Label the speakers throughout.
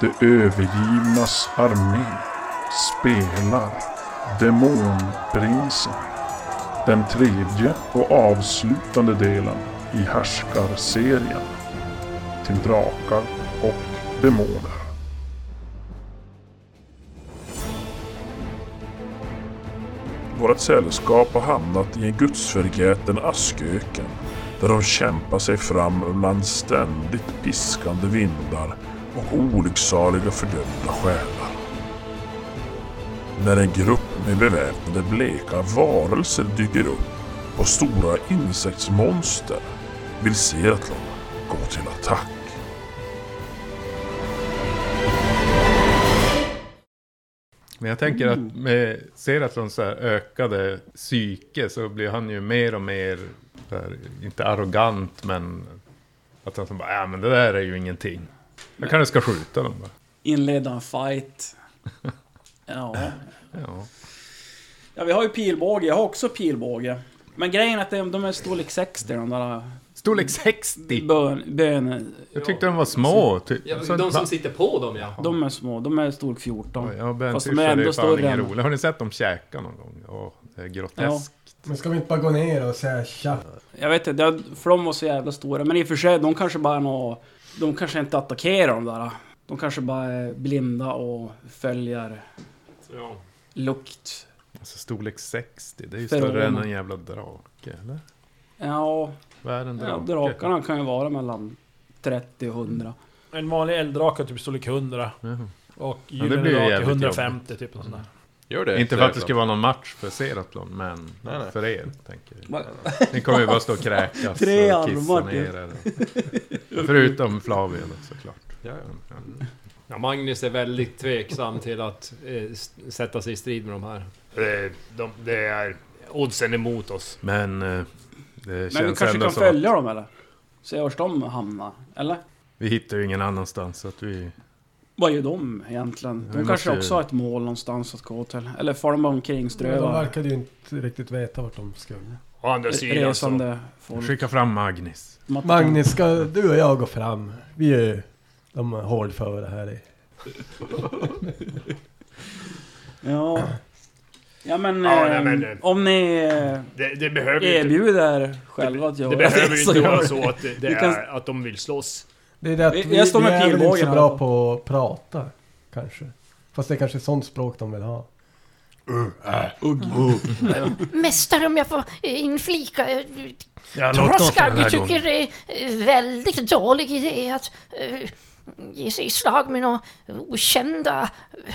Speaker 1: Det övergivnas armé spelar Demonprinsen. Den tredje och avslutande delen i Härskarserien. Till drakar och demoner. Vårt sällskap har hamnat i en gudsförgäten asköken där de kämpar sig fram bland ständigt piskande vindar och olycksaliga fördömda själar. När en grupp med beväpnade bleka varelser dyker upp och stora insektsmonster vill Seratlon gå till attack.
Speaker 2: Men jag tänker
Speaker 3: Mm.
Speaker 2: att med Seratlons så här ökade psyke så blir han ju mer och mer, så här, inte arrogant men att han som bara, ja men det där är ju ingenting. Jag kanske ska skjuta dem bara.
Speaker 3: Inleda en fight. Ja.
Speaker 2: Ja.
Speaker 3: ja, vi har ju pilbåge. Jag har också pilbåge. Men grejen är att de de är storlek 60, de där
Speaker 2: Storlek 60!
Speaker 3: bön, bön,
Speaker 2: Jag tyckte de var små. typ. Ty-
Speaker 4: Ja,
Speaker 2: så-
Speaker 4: de som sitter på dem ja.
Speaker 3: De är små. De är storlek 14.
Speaker 2: Ja, Ben
Speaker 3: Fast de
Speaker 2: Fischer
Speaker 3: är
Speaker 2: är
Speaker 3: ändå
Speaker 2: ju fan
Speaker 3: större
Speaker 2: ingen
Speaker 3: än...
Speaker 2: rolig. Har ni sett dem käka någon gång? Åh, det är groteskt.
Speaker 5: Men ska vi inte bara gå ner och säga tja?
Speaker 3: Jag vet inte, det- för de var så jävla stora. Men i och för sig, de kanske bara är nå... De kanske inte attackerar de där. De kanske bara är blinda och följer
Speaker 4: ja.
Speaker 3: lukt.
Speaker 2: Alltså storlek 60, det är ju
Speaker 3: Feromoner.
Speaker 2: större än en jävla drake, eller?
Speaker 3: Ja,
Speaker 2: Vad är en drake?
Speaker 3: ja drakarna kan ju vara mellan 30 och 100.
Speaker 6: En vanlig elddrake har typ storlek 100.
Speaker 2: Jaha.
Speaker 6: Och
Speaker 2: det blir ju
Speaker 6: gyllene drake
Speaker 2: jävligt
Speaker 6: 150 typ. Något sånt där.
Speaker 7: Gör det.
Speaker 2: Inte för att det skulle vara någon match för Seratlon, men
Speaker 7: Nej, nej.
Speaker 2: för er, tänker jag. Ni kommer ju bara stå och kräkas
Speaker 3: Tre
Speaker 2: och kissa
Speaker 3: armar,
Speaker 2: ner er. Förutom Flavio då, såklart.
Speaker 7: Ja, ja.
Speaker 4: Ja, Magnus är väldigt tveksam till att eh, s- sätta sig i strid med de här. Det, de, det är oddsen emot oss.
Speaker 2: Men eh, det
Speaker 3: Men vi
Speaker 2: känns
Speaker 3: kanske
Speaker 2: ändå
Speaker 3: kan
Speaker 2: som att
Speaker 3: följa dem eller? Se vart de hamnar. Eller?
Speaker 2: vi hittar ju ingen annanstans. Så att vi...
Speaker 3: Vad gör de egentligen?
Speaker 2: Vi
Speaker 3: De kanske
Speaker 2: måste-
Speaker 3: också har ett mål någonstans att gå till. Eller far de bara omkring
Speaker 5: De
Speaker 3: strövar?
Speaker 5: verkade ju inte riktigt veta vart de skulle.
Speaker 4: Å andra sidan så...
Speaker 3: Resande folk.
Speaker 2: Skicka fram Magnus.
Speaker 3: Matt-
Speaker 5: Magnus, ska du och jag gå fram? Vi är ju de hårdföra här i...
Speaker 3: Ja. Ja men,
Speaker 4: Ja, nej,
Speaker 3: ehm,
Speaker 4: men det-
Speaker 3: om ni eh,
Speaker 4: Det, det behöver ju inte,
Speaker 3: erbjuder själva att göra
Speaker 4: det behöver ju
Speaker 3: så
Speaker 4: inte
Speaker 3: gör
Speaker 4: vara
Speaker 3: vi.
Speaker 4: så att, det, det
Speaker 3: Vi kan-
Speaker 4: är, att de vill slåss.
Speaker 5: Det är det att
Speaker 3: Jag-
Speaker 5: vi,
Speaker 3: jag står
Speaker 5: vi
Speaker 3: med
Speaker 5: är väl inte
Speaker 3: pilbågen
Speaker 5: så
Speaker 3: här
Speaker 5: bra
Speaker 3: då.
Speaker 5: på att prata, kanske. Fast det är kanske sånt språk de vill ha.
Speaker 8: Mästare, om jag får inflika. eh,
Speaker 2: Ja,
Speaker 8: Troskar, vi tycker det är eh, väldigt dålig idé att eh, ge sig i slag med några okända eh,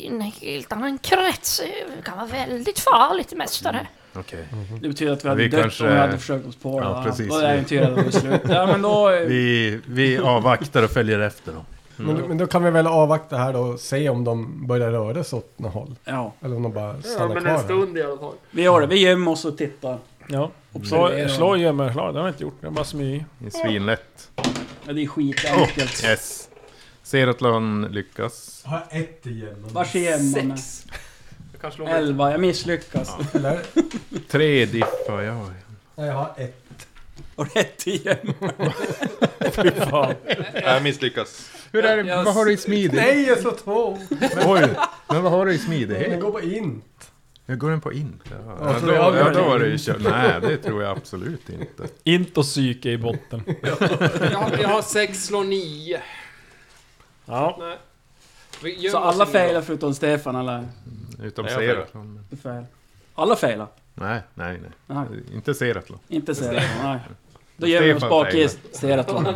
Speaker 8: i en helt annan krets. Eh, Det kan vara väldigt farligt, mästare.
Speaker 2: Okej.
Speaker 3: Det betyder att vi hade
Speaker 2: Vi
Speaker 3: dött
Speaker 2: kanske-
Speaker 3: om vi hade försökt oss på det.
Speaker 2: Ja,
Speaker 3: va?
Speaker 2: precis.
Speaker 3: Då är jag inte rädd att det är slut. Ja men då... eh,
Speaker 2: Vi, vi avvaktar och följer efter dem.
Speaker 3: Mm.
Speaker 5: Men, men då kan vi väl avvakta här då och se om de börjar röra sig åt något håll.
Speaker 3: Ja.
Speaker 5: Eller om de bara stannar kvar här.
Speaker 4: i alla fall.
Speaker 3: Vi gör det. Vi gömmer oss och tittar.
Speaker 6: Ja.
Speaker 3: Observera.
Speaker 6: Slå, slå gömmer, slå. Det har jag inte gjort. Jag bara smyger.
Speaker 2: Det är svinlätt.
Speaker 3: Ja, det är skitenkelt.
Speaker 2: Yes. Seratlon lyckas.
Speaker 5: Har ett igen.
Speaker 3: Vars är man?
Speaker 4: Jag kan slå mig.
Speaker 3: Elva. Jag misslyckas.
Speaker 5: Eller?
Speaker 2: Tre diffar jag.
Speaker 5: Nej, jag har ett.
Speaker 3: Och rätt igen.
Speaker 7: Jag misslyckas.
Speaker 2: Hur är det? Vad har du i smidighet?
Speaker 5: Nej, jag slår två!
Speaker 2: Oj! Men vad har du i
Speaker 5: Den
Speaker 2: smidighet?
Speaker 5: går på in.
Speaker 2: Jag går den på inte? Ja,
Speaker 5: Ja,
Speaker 2: ja,
Speaker 5: så
Speaker 2: då,
Speaker 5: jag
Speaker 2: ja,
Speaker 5: gör
Speaker 2: då
Speaker 5: det.
Speaker 2: var det ju kört. Nej, det tror jag absolut inte.
Speaker 6: Int och psyke i botten.
Speaker 4: Jag, har- jag har sex, slår nio.
Speaker 6: Ja.
Speaker 4: Nej. Vi gör
Speaker 3: Så alla
Speaker 4: oss inga-
Speaker 3: failar förutom Stefan eller?
Speaker 2: Utom
Speaker 7: Nej, jag
Speaker 2: Seratlon.
Speaker 3: Du fail. Alla failar?
Speaker 2: Nej, nej, nej.
Speaker 3: Nej,
Speaker 2: Inte Seratlon.
Speaker 3: inte Stefan. Nej. Då gör vi oss
Speaker 2: Stefan
Speaker 3: bak i
Speaker 2: failar.
Speaker 3: Seraton.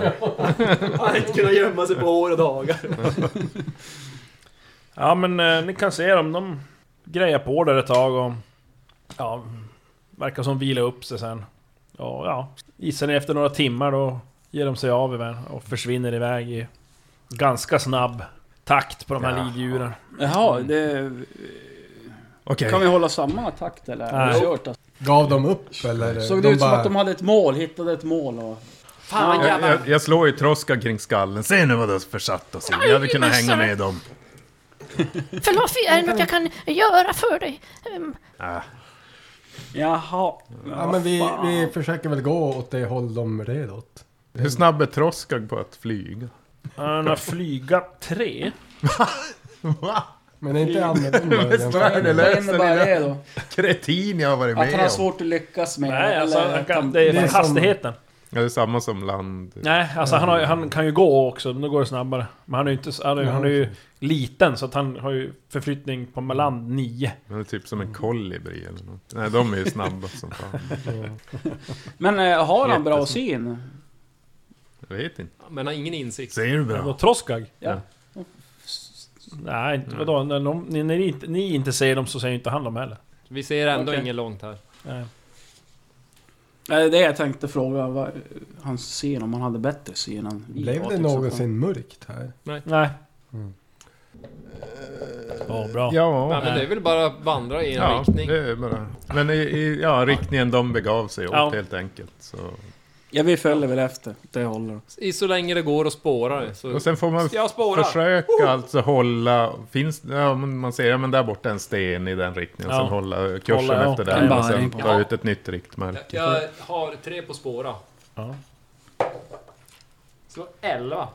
Speaker 4: Han har inte kunnat gömma sig på år och dagar.
Speaker 6: Ja men eh, ni kan se dem. De grejar på där ett tag och... Ja... Verkar som vila upp sig sen. Och ja... Gissar ni efter några timmar då ger de sig av igen och försvinner iväg i... Ganska snabb takt på de här
Speaker 2: Ja.
Speaker 6: liddjuren.
Speaker 3: Jaha, det...
Speaker 2: Okej.
Speaker 3: Kan vi hålla samma takt eller? Har vi
Speaker 6: Nej.
Speaker 3: kört, alltså?
Speaker 5: Gav de upp eller?
Speaker 3: Såg det ut som att de hade ett mål, hittade ett mål och...
Speaker 4: Fan vad
Speaker 2: Jag,
Speaker 4: jävla...
Speaker 2: jag, jag slår ju Troska kring skallen. Se nu vad du har försatt oss i. Jag hade kunnat hänga med dem.
Speaker 8: Förlåt, är det något jag kan göra för dig? Ehm,
Speaker 2: Äh,
Speaker 3: Jaha.
Speaker 5: Ja, men vi, vi försöker väl gå åt det håll de red åt.
Speaker 2: hur snabb är Troskag på att flyga?
Speaker 6: Han har flyga tre.
Speaker 2: Va?
Speaker 5: Men det är inte annorlunda.
Speaker 2: Men
Speaker 5: jämfört
Speaker 2: så är
Speaker 5: med-
Speaker 2: det
Speaker 3: Vad
Speaker 2: löst
Speaker 3: innebär det då?
Speaker 2: Kretin jag har varit
Speaker 3: Att han har
Speaker 2: med om.
Speaker 3: svårt att lyckas med?
Speaker 6: Nej, alltså
Speaker 3: eller
Speaker 6: han
Speaker 3: att
Speaker 6: kan,
Speaker 3: han-
Speaker 6: det är
Speaker 5: det är som-
Speaker 6: hastigheten.
Speaker 2: Ja, det är samma som land.
Speaker 6: Nej, alltså han, har, han kan ju gå också, men då går det snabbare. Men han är ju inte... så- Han är, han är ju liten, så att han har ju förflyttning på land 9.
Speaker 2: Men det är typ som en kolibri eller något. Nej, de är ju snabba som fan.
Speaker 3: Men eh, har han bra
Speaker 2: Jättesnabbt.
Speaker 3: syn?
Speaker 2: Jag vet inte.
Speaker 4: Men har ingen insikt.
Speaker 2: Ser du
Speaker 6: Vadå, Troskag?
Speaker 3: Ja.
Speaker 6: Nej, inte, vadå? När, de, när ni, inte, ni inte ser dem så säger inte han dem heller.
Speaker 4: Vi ser ändå
Speaker 3: Okej.
Speaker 4: ingen långt här.
Speaker 6: Nej.
Speaker 3: Det är det jag tänkte fråga. Vad, hans syn, om han hade bättre syn än alltså. vi har,
Speaker 5: Blev det
Speaker 3: till exempel.
Speaker 5: någonsin mörkt här?
Speaker 6: Nej. Mm. Ja, bra.
Speaker 4: Nej,
Speaker 2: Ja,
Speaker 4: men det är väl bara att vandra i en
Speaker 2: ja
Speaker 4: riktning.
Speaker 2: det är bara... Men i, i ja, riktningen de begav sig åt
Speaker 6: Ja.
Speaker 2: helt enkelt. Så.
Speaker 3: Ja, vi följer väl efter. Det håller.
Speaker 4: I så länge det går att spåra det. Så...
Speaker 2: Och sen får man
Speaker 4: Jag spårar!
Speaker 2: försöka
Speaker 3: Oh!
Speaker 2: alltså hålla... Finns, ja, men man ser, ja men där borta är en sten i den riktningen.
Speaker 6: Ja.
Speaker 2: Sen hålla kursen
Speaker 6: Hålla, ja.
Speaker 2: efter
Speaker 3: En
Speaker 2: där och sen
Speaker 3: baring.
Speaker 2: ta
Speaker 4: Ja.
Speaker 2: ut ett nytt riktmärke.
Speaker 4: Jag, jag har tre på spåra.
Speaker 6: Ja.
Speaker 4: Så elva.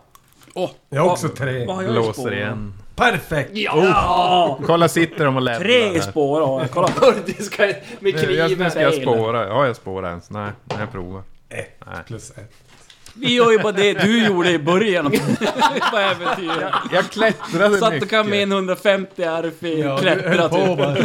Speaker 5: Jag har också tre.
Speaker 3: Vad har jag i
Speaker 2: Blåser
Speaker 3: spåren?
Speaker 2: igen.
Speaker 5: Perfekt!
Speaker 3: Ja!
Speaker 2: Kolla, sitter de och lämnar
Speaker 3: Tre i
Speaker 2: där?
Speaker 3: spår har jag. Kolla.
Speaker 4: Kurdiska med
Speaker 2: Nu, jag, nu
Speaker 4: kniven.
Speaker 2: ska jag spåra. Har jag spårat ens? Nej, nej, jag provar.
Speaker 5: Plus ett.
Speaker 3: Vi gör ju bara det du gjorde i början. På äventyret.
Speaker 2: Jag klättrade
Speaker 3: Satt och
Speaker 2: mycket.
Speaker 3: kan med en 150 RFI och klättra
Speaker 5: på
Speaker 3: typ.
Speaker 5: bara.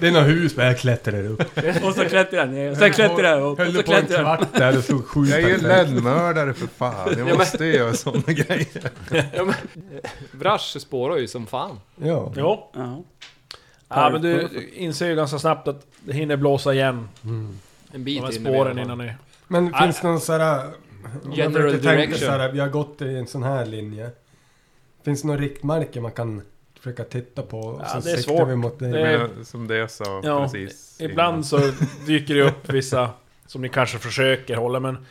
Speaker 5: Det är något hus, men jag klättrar upp.
Speaker 3: Och så klättrar jag ner. Sen klättrar jag upp. Och
Speaker 5: Höll
Speaker 3: så
Speaker 5: på en
Speaker 3: klättrar jag
Speaker 5: kvart där och stod sju
Speaker 2: Jag är ju
Speaker 5: perfekt.
Speaker 2: lönnmördare för fan. Jag måste ju göra såna grejer.
Speaker 4: Vrash spårar ju som fan.
Speaker 5: Ja.
Speaker 6: Jo.
Speaker 3: Ja.
Speaker 6: Ja, men du inser ju ganska snabbt att det hinner blåsa igen.
Speaker 4: En
Speaker 6: De
Speaker 4: bit
Speaker 6: här
Speaker 4: in i alla
Speaker 6: spåren
Speaker 4: fall.
Speaker 6: innan ni...
Speaker 5: Men finns det någon sån här...
Speaker 4: General
Speaker 5: jag brukar tänka
Speaker 4: direction.
Speaker 5: så här, vi har gått i en sån här linje. Finns det någon riktmärke man kan försöka titta på? Och
Speaker 6: Ja,
Speaker 5: så
Speaker 6: det är
Speaker 5: siktar
Speaker 6: svårt.
Speaker 5: vi mot det.
Speaker 6: Det
Speaker 2: Jag
Speaker 6: är-
Speaker 2: menar, som det jag sa
Speaker 6: Eh, Ja,
Speaker 2: precis. innan.
Speaker 6: Ibland så dyker det upp vissa som ni kanske försöker hålla men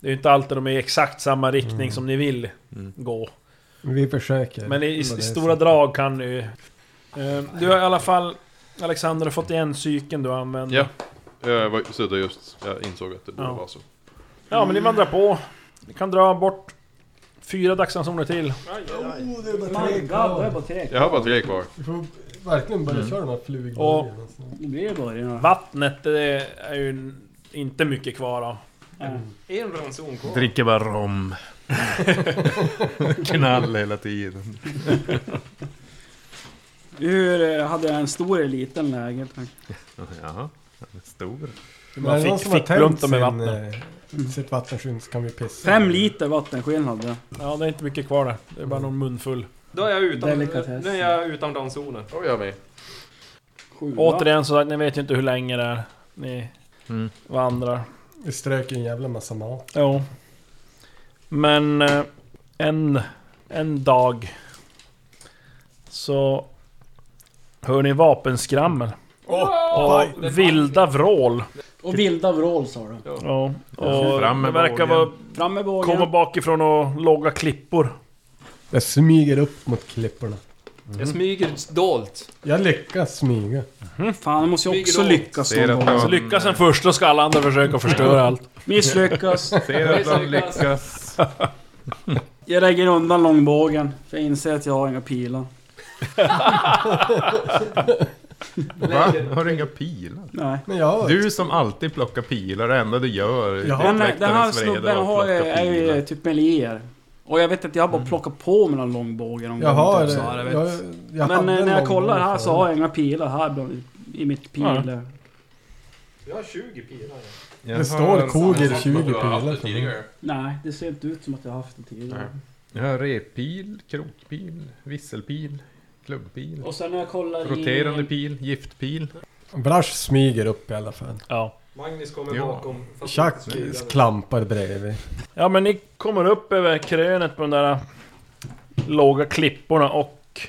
Speaker 6: Det är ju inte alltid de är i exakt samma riktning som ni vill gå
Speaker 5: Vi försöker.
Speaker 6: Men i, i, i
Speaker 5: På det
Speaker 6: stora
Speaker 5: sättet.
Speaker 6: drag kan ni ju Eh, Du har i alla fall Alexander har fått igen psyken du använder
Speaker 7: Ja. Jag var sudda just, jag insåg att det borde
Speaker 6: Ja.
Speaker 7: vara så.
Speaker 6: ja men ni vandrar på Ni kan dra bort Fyra dagsansoner till
Speaker 5: Oh, det är bara
Speaker 3: My
Speaker 5: tre
Speaker 3: God, då är jag
Speaker 5: kvar.
Speaker 3: bara tre.
Speaker 7: Jag har bara tre kvar.
Speaker 5: Vi får verkligen börja
Speaker 3: Mm.
Speaker 5: köra de här alltså. flugbågarna.
Speaker 3: Det blir ju början. då.
Speaker 6: Vattnet det är ju inte mycket kvar av
Speaker 4: En ranson kvar.
Speaker 2: Dricker bara rom. Knall hela tiden.
Speaker 3: Hur eh, hade jag en stor eller liten lägenhet?
Speaker 2: Jaha, han är stor.
Speaker 5: Men är det
Speaker 6: fick-
Speaker 5: någon som har
Speaker 6: fick
Speaker 5: tänt
Speaker 6: brunt dem i
Speaker 5: sin,
Speaker 6: vattnet.
Speaker 5: eh, sitt vattenskinn så kan vi pissa.
Speaker 3: Mm. Fem liter vattenskillnad. det.
Speaker 6: Ja det är inte mycket kvar där Det är bara någon munfull
Speaker 4: Då är jag utan,
Speaker 3: Delikatess.
Speaker 4: nu är jag utan ransoner.
Speaker 7: Då jag med.
Speaker 6: Mm.
Speaker 3: Sju, va?
Speaker 6: Återigen så ni vet ju inte hur länge det är Ni
Speaker 2: Mm.
Speaker 6: vandrar
Speaker 5: Vi strök ju en jävla massa mat.
Speaker 6: Jo. Men eh, en, en dag så hör ni vapenskrammel. och vilda vrål.
Speaker 3: Och vilda vrål sa du.
Speaker 6: Ja, och
Speaker 2: Fram
Speaker 6: det
Speaker 2: med
Speaker 6: verkar
Speaker 2: bågen.
Speaker 6: vara,
Speaker 3: Fram med
Speaker 6: komma
Speaker 3: bågen.
Speaker 6: bakifrån och låga klippor.
Speaker 5: Jag smyger upp mot klipporna.
Speaker 4: Jag smyger dolt.
Speaker 5: Jag lyckas smyga.
Speaker 3: Fan, jag måste ju
Speaker 4: Smyger
Speaker 3: också
Speaker 4: åt.
Speaker 3: lyckas.
Speaker 2: Ser
Speaker 3: någon
Speaker 2: att
Speaker 3: gång.
Speaker 2: de,
Speaker 6: Så lyckas den första ska alla andra försöka förstöra allt.
Speaker 3: Misslyckas.
Speaker 2: ser att de lyckas.
Speaker 3: Jag lägger undan långbågen. För jag inser att jag har inga pilar.
Speaker 2: Va? Har du inga pilar?
Speaker 3: Nej.
Speaker 5: Men jag har...
Speaker 2: Du som alltid plockar pilar, det enda du gör är
Speaker 5: Jaha.
Speaker 2: att
Speaker 3: Den,
Speaker 2: läktarens
Speaker 3: den här
Speaker 2: vrede
Speaker 3: snubben
Speaker 2: och
Speaker 3: har,
Speaker 2: plocka
Speaker 3: är ju
Speaker 2: pilar.
Speaker 3: typ melier. Och jag vet att jag har bara plockat på mina långbågar någon
Speaker 5: Jag har... eh,
Speaker 3: gång. typ så här, jag vet.
Speaker 5: jag, jag
Speaker 3: Men
Speaker 5: hade
Speaker 3: eh,
Speaker 5: en
Speaker 3: när jag
Speaker 5: lång
Speaker 3: kollar här
Speaker 5: gång
Speaker 3: så har jag inga pilar här bland, i mitt pil.
Speaker 6: Ja.
Speaker 3: där.
Speaker 4: Jag har 20 pilar.
Speaker 2: Jag
Speaker 5: Det
Speaker 2: har-
Speaker 5: står Koger 20
Speaker 7: Du har haft
Speaker 5: pilar
Speaker 7: det
Speaker 5: för mig.
Speaker 7: tidigare.
Speaker 3: Nej, det ser inte ut som att jag har haft det tidigare.
Speaker 2: Jag har repil, krokpil, visselpil, klubbpil,
Speaker 3: Och sen när jag kollar
Speaker 2: roterande
Speaker 3: i...
Speaker 2: pil, giftpil.
Speaker 5: Brash smyger upp i alla fall.
Speaker 6: Ja.
Speaker 4: Magnus kommer
Speaker 2: Ja.
Speaker 4: bakom. fast
Speaker 5: Chuck
Speaker 4: inte smygande.
Speaker 5: klampar bredvid.
Speaker 6: ja men ni kommer upp över krönet på de där låga klipporna och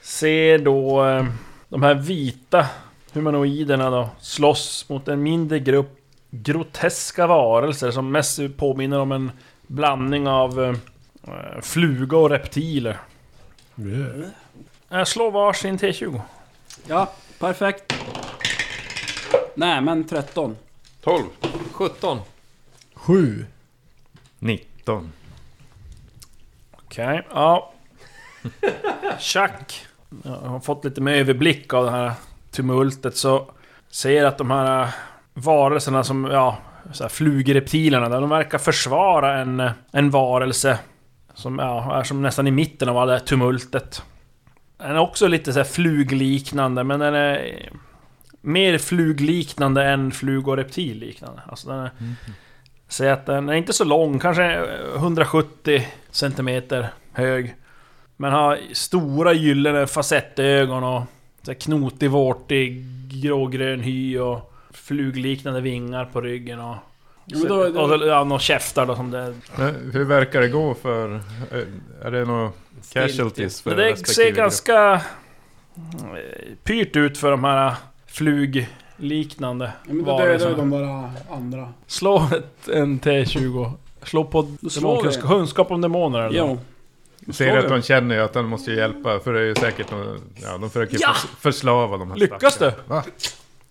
Speaker 6: ser då eh, de här vita humanoiderna då slåss mot en mindre grupp groteska varelser som mest påminner om en blandning av eh, fluga och reptiler. Jag slår varsin T20.
Speaker 3: Ja, perfekt. Nej, men 13.
Speaker 7: 12.
Speaker 4: 17.
Speaker 5: Sju.
Speaker 2: 19.
Speaker 6: Okej, ja. Chuck ja, har fått lite mer överblick av det här tumultet så ser att de här eh, varelserna som, ja, så här flugreptilerna där, de verkar försvara en, eh, en varelse som ja, är som nästan i mitten av all det här tumultet. Den är också lite så här flugliknande, men den är mer flugliknande än flug och reptilliknande. Alltså den är, Säg att den är inte så lång, kanske 170 centimeter hög. Men har stora gyllene facettögon och så här knotig, vårtig, grågrön hy och flugliknande vingar på ryggen och...
Speaker 3: Ja, men då-
Speaker 6: och, ja, några käftar då som det...
Speaker 2: Men hur verkar det gå för... eh, Är det några casualties för
Speaker 6: Men det
Speaker 2: respektive
Speaker 6: ser
Speaker 2: grupp?
Speaker 6: ganska... eh, Pyrt ut för de här flugliknande
Speaker 3: Ja, men då dödar ju
Speaker 6: varelserna.
Speaker 3: de bara andra.
Speaker 6: Slå ett, en T20. Slå på
Speaker 3: slår vi.
Speaker 6: demonkunskap kunskap om demoner eller?
Speaker 3: Jo.
Speaker 2: Ser att de känner ju att de måste ju hjälpa för det är ju säkert någon, ja, de försöker
Speaker 6: Ja!
Speaker 2: förs- förslava de här
Speaker 6: Lyckas du?
Speaker 2: stackarna. Va?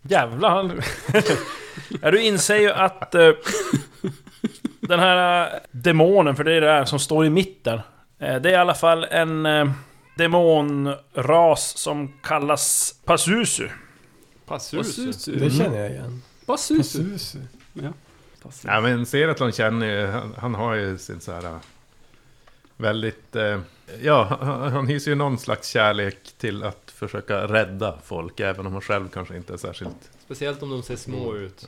Speaker 6: Jävlar han... ja, du inser ju att... Eh, den här eh, demonen, för det är det här som står i mitten. Eh, det är i alla fall en eh, demonras som kallas Pasusu.
Speaker 4: Passusu.
Speaker 6: Mm.
Speaker 5: Det känner jag igen.
Speaker 3: Basusu.
Speaker 5: Susu.
Speaker 2: Ja men ser att de känner ju, han, han har ju sin så här... eh, Väldigt... Eh, ja, han, han hyser ju någon slags kärlek till att försöka rädda folk, även om han själv kanske inte är särskilt...
Speaker 4: Speciellt om de ser
Speaker 6: Mm.
Speaker 4: små ut.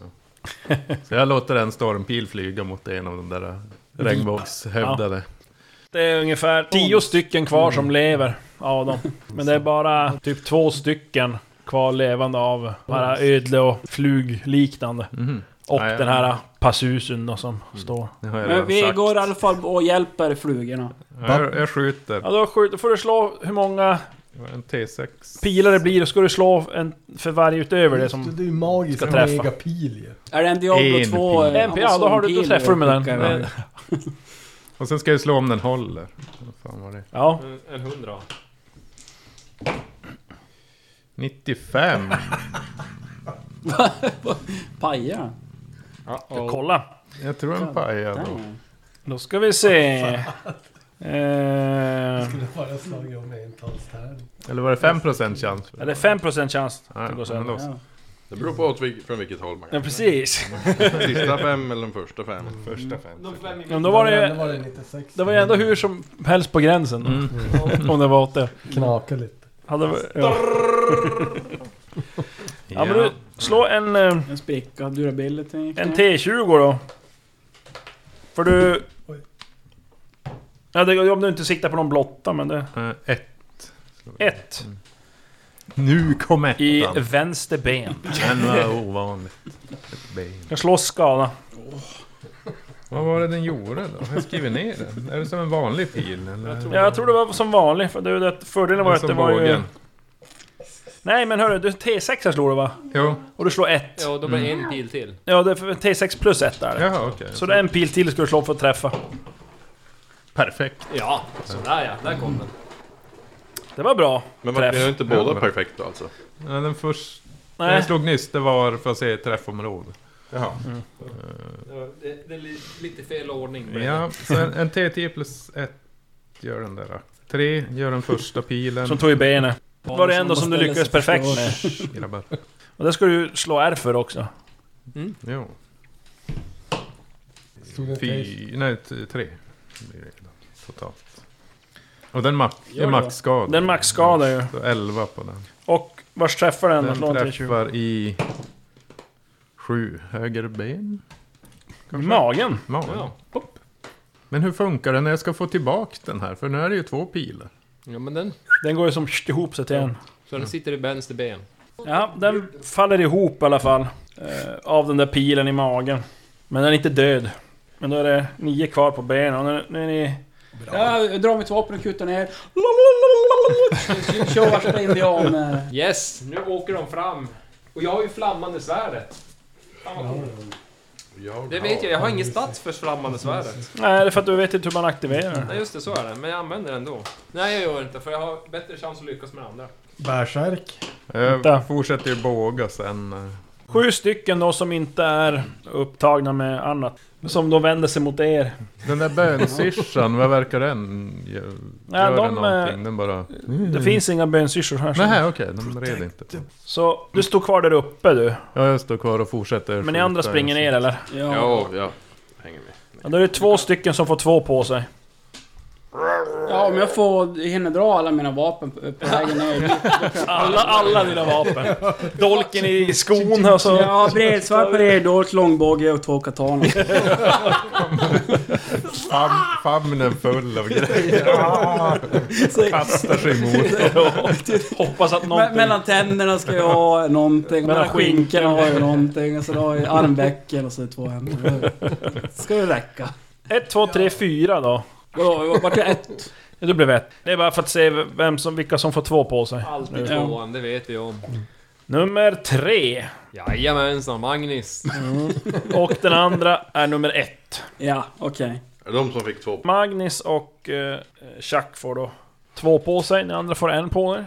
Speaker 2: Så jag låter en stormpil flyga mot en av de där eh, regnbågshövdade.
Speaker 6: Det är ungefär tio stycken kvar
Speaker 2: Mm.
Speaker 6: som lever av dem. Men det är bara typ två stycken kvar levande av de här ödle och flugliknande.
Speaker 2: Mhm.
Speaker 6: Och
Speaker 2: Ja, Mm. ja.
Speaker 6: den här Pasusun då som står.
Speaker 2: Det har jag
Speaker 3: Men
Speaker 2: redan
Speaker 3: vi
Speaker 2: sagt.
Speaker 3: går i alla fall och hjälper flugorna.
Speaker 2: Ja, jag, jag skjuter.
Speaker 6: Ja, då, skjut, då får du slå hur många
Speaker 2: Det var En T6.
Speaker 6: pilar det blir. Då ska du slå en för varje utöver det
Speaker 5: Just
Speaker 6: som...
Speaker 5: det, det är ju magiskt
Speaker 6: ska träffa.
Speaker 5: megapil ju.
Speaker 3: Är det en Diablo eh,
Speaker 2: En
Speaker 3: 2?
Speaker 2: pil.
Speaker 6: En pil, ja, då har du- då träffar du med den.
Speaker 3: Ja.
Speaker 2: Och sen ska jag slå om den håller. Vad fan var det?
Speaker 6: Ja,
Speaker 4: En, en hundra.
Speaker 2: 95.
Speaker 3: Pajar
Speaker 6: ska kolla.
Speaker 2: Jag tror en pajade då.
Speaker 6: Då ska vi se... Eh,
Speaker 5: Skulle bara slagit om entalstärning.
Speaker 2: Eller var det 5% chans?
Speaker 6: är det 5% chans
Speaker 2: Nej,
Speaker 6: att det går
Speaker 2: men då
Speaker 6: sönder?
Speaker 2: så.
Speaker 7: Det beror på åt vil- från vilket håll man
Speaker 6: Ja,
Speaker 7: kan.
Speaker 6: precis.
Speaker 7: Sista fem eller den första fem.
Speaker 2: Första fem.
Speaker 6: Men då var
Speaker 5: Då
Speaker 6: det,
Speaker 5: var det 96.
Speaker 6: det var ju ändå hur som helst på gränsen.
Speaker 2: Mm.
Speaker 6: Om det var åt det.
Speaker 5: Knaka lite.
Speaker 6: Hade, ja. ja men
Speaker 2: Ja.
Speaker 6: du, slå en, eh,
Speaker 3: En spricka, durability.
Speaker 6: en T20 då. För du...
Speaker 5: Oj.
Speaker 6: Ja, det, om du inte siktar på någon blotta, men det...
Speaker 2: Eh, Ett.
Speaker 6: Ett.
Speaker 2: Nu kom ettan.
Speaker 6: I vänster ben.
Speaker 2: Den var ovanligt. Ett ben.
Speaker 6: Jag slår skada.
Speaker 2: Vad var det den gjorde då? Har jag skrivit ner den? Är det som en vanlig pil? Eller?
Speaker 6: Ja, jag tror det var som vanligt. För det, det, fördelen var
Speaker 2: Eller
Speaker 6: att det
Speaker 2: som
Speaker 6: var ju...
Speaker 2: bågen.
Speaker 6: Nej men hörru, du T6 slår du va?
Speaker 2: Jo,
Speaker 6: Och du slår ett.
Speaker 4: Ja, då blir
Speaker 6: Mm.
Speaker 4: det en pil till.
Speaker 6: Ja, det är för- T6 plus ett där.
Speaker 2: jaha okej.
Speaker 6: Så det är en pil till ska du slå för att träffa.
Speaker 2: Perfekt.
Speaker 4: Ja, sådär ja. Där kom den.
Speaker 6: Det var bra.
Speaker 7: Men
Speaker 6: Träff.
Speaker 7: varför är inte
Speaker 2: Ja,
Speaker 7: båda
Speaker 2: men-
Speaker 7: perfekta alltså?
Speaker 2: Ja, Den första... Den
Speaker 6: Nej.
Speaker 2: jag slog nyss, det var för att se träffområde.
Speaker 7: Jaha.
Speaker 4: Ja, Det, det är li- lite fel ordning. blev det.
Speaker 2: Ja, så en, en T10 plus 1 gör den där. Tre gör den första pilen.
Speaker 6: Som tog i benet. Var det ändå som du lyckades perfekt med.
Speaker 2: Grabbar.
Speaker 6: Och det ska du slå R för också.
Speaker 2: Jo.
Speaker 5: Stod det en tejs?
Speaker 2: Fy, nej, t- tre blir det då, totalt. Och den max,
Speaker 3: Gör
Speaker 2: är
Speaker 3: det.
Speaker 2: maxskada.
Speaker 6: Den maxskadar ju.
Speaker 2: Så 11 på den.
Speaker 6: Och vars träffar den? Slå
Speaker 2: Den
Speaker 6: en 320.
Speaker 2: träffar i sju höger ben. kanske?
Speaker 6: Magen.
Speaker 2: Magen.
Speaker 4: Ja.
Speaker 2: Hopp. Men hur funkar det när jag ska få tillbaka den här? För nu är det ju två pilar.
Speaker 4: Ja, men den.
Speaker 6: Den går ju som ihop sig till en.
Speaker 4: Så den sitter i vänster ben.
Speaker 6: Ja, den faller ihop i alla fall. Eh, av den där pilen i magen. Men den är inte död. Men då är det nio kvar på benen. Och nu, nu är ni...
Speaker 3: Ja, jag drar mitt vapen och kutar ner. Lalalala. Kör värsta indian... eh,
Speaker 4: Yes, nu åker de fram. Och jag har ju flammande svärdet. Fan, vad coolt. Det vet jag, jag har ingen stats för flammande svärdet.
Speaker 6: Nej, det är för att du vet inte hur man aktiverar den.
Speaker 4: Nej just det, så är det. Men jag använder det ändå. Nej jag gör inte för jag har bättre chans att lyckas med det andra.
Speaker 5: Bärsärk.
Speaker 2: Jag
Speaker 6: Vänta.
Speaker 2: fortsätter ju båga sen. eh,
Speaker 6: Sju stycken då som inte är upptagna med annat. Som då vänder sig mot er.
Speaker 2: Den där bönsyrsan, vad verkar den gö-
Speaker 6: Nej,
Speaker 2: göra?
Speaker 6: de, eh,
Speaker 2: någonting? Den bara...
Speaker 6: Det finns inga bönsyrsor här. så-
Speaker 2: Nej, okej, de red inte.
Speaker 6: Så du står kvar där uppe du.
Speaker 2: Ja, jag står kvar och fortsätter.
Speaker 6: Men ni andra
Speaker 2: skjuta.
Speaker 6: springer ner eller?
Speaker 3: Ja.
Speaker 7: Ja, ja. Hänger med.
Speaker 6: Ja, då är det två stycken som får två på sig.
Speaker 3: ja, om jag får hinner dra alla mina vapen på, på vägen ner.
Speaker 6: Alla, alla dina vapen. Dolken i skon och så...
Speaker 3: Ja, bredsvärd på det, dolk, långbåge och två katana.
Speaker 2: Fam, famnen full av grejer. Kastar sig mot dem.
Speaker 6: Hoppas att
Speaker 3: Me-
Speaker 6: någonting...
Speaker 3: mellan tänderna ska jag ha någonting, och
Speaker 6: Mellan
Speaker 3: mellan skinkorna har jag någonting, och så har jag armvecken och så är det två händer. Ska det räcka.
Speaker 6: Ett, två, tre, fyra då.
Speaker 3: Vadå, vart är ett?
Speaker 6: Ja, du blev ett. Det är bara för att se vem som, vilka som får två på sig.
Speaker 4: Alltid
Speaker 3: Ja.
Speaker 4: tvåan, det vet vi om.
Speaker 6: Nummer tre.
Speaker 4: Jajamensan, Magnus.
Speaker 6: Och den andra är nummer ett.
Speaker 3: Ja, okej.
Speaker 7: Är det de som fick två?
Speaker 6: Magnus och eh, Chuck får då två på sig, ni andra får en på er.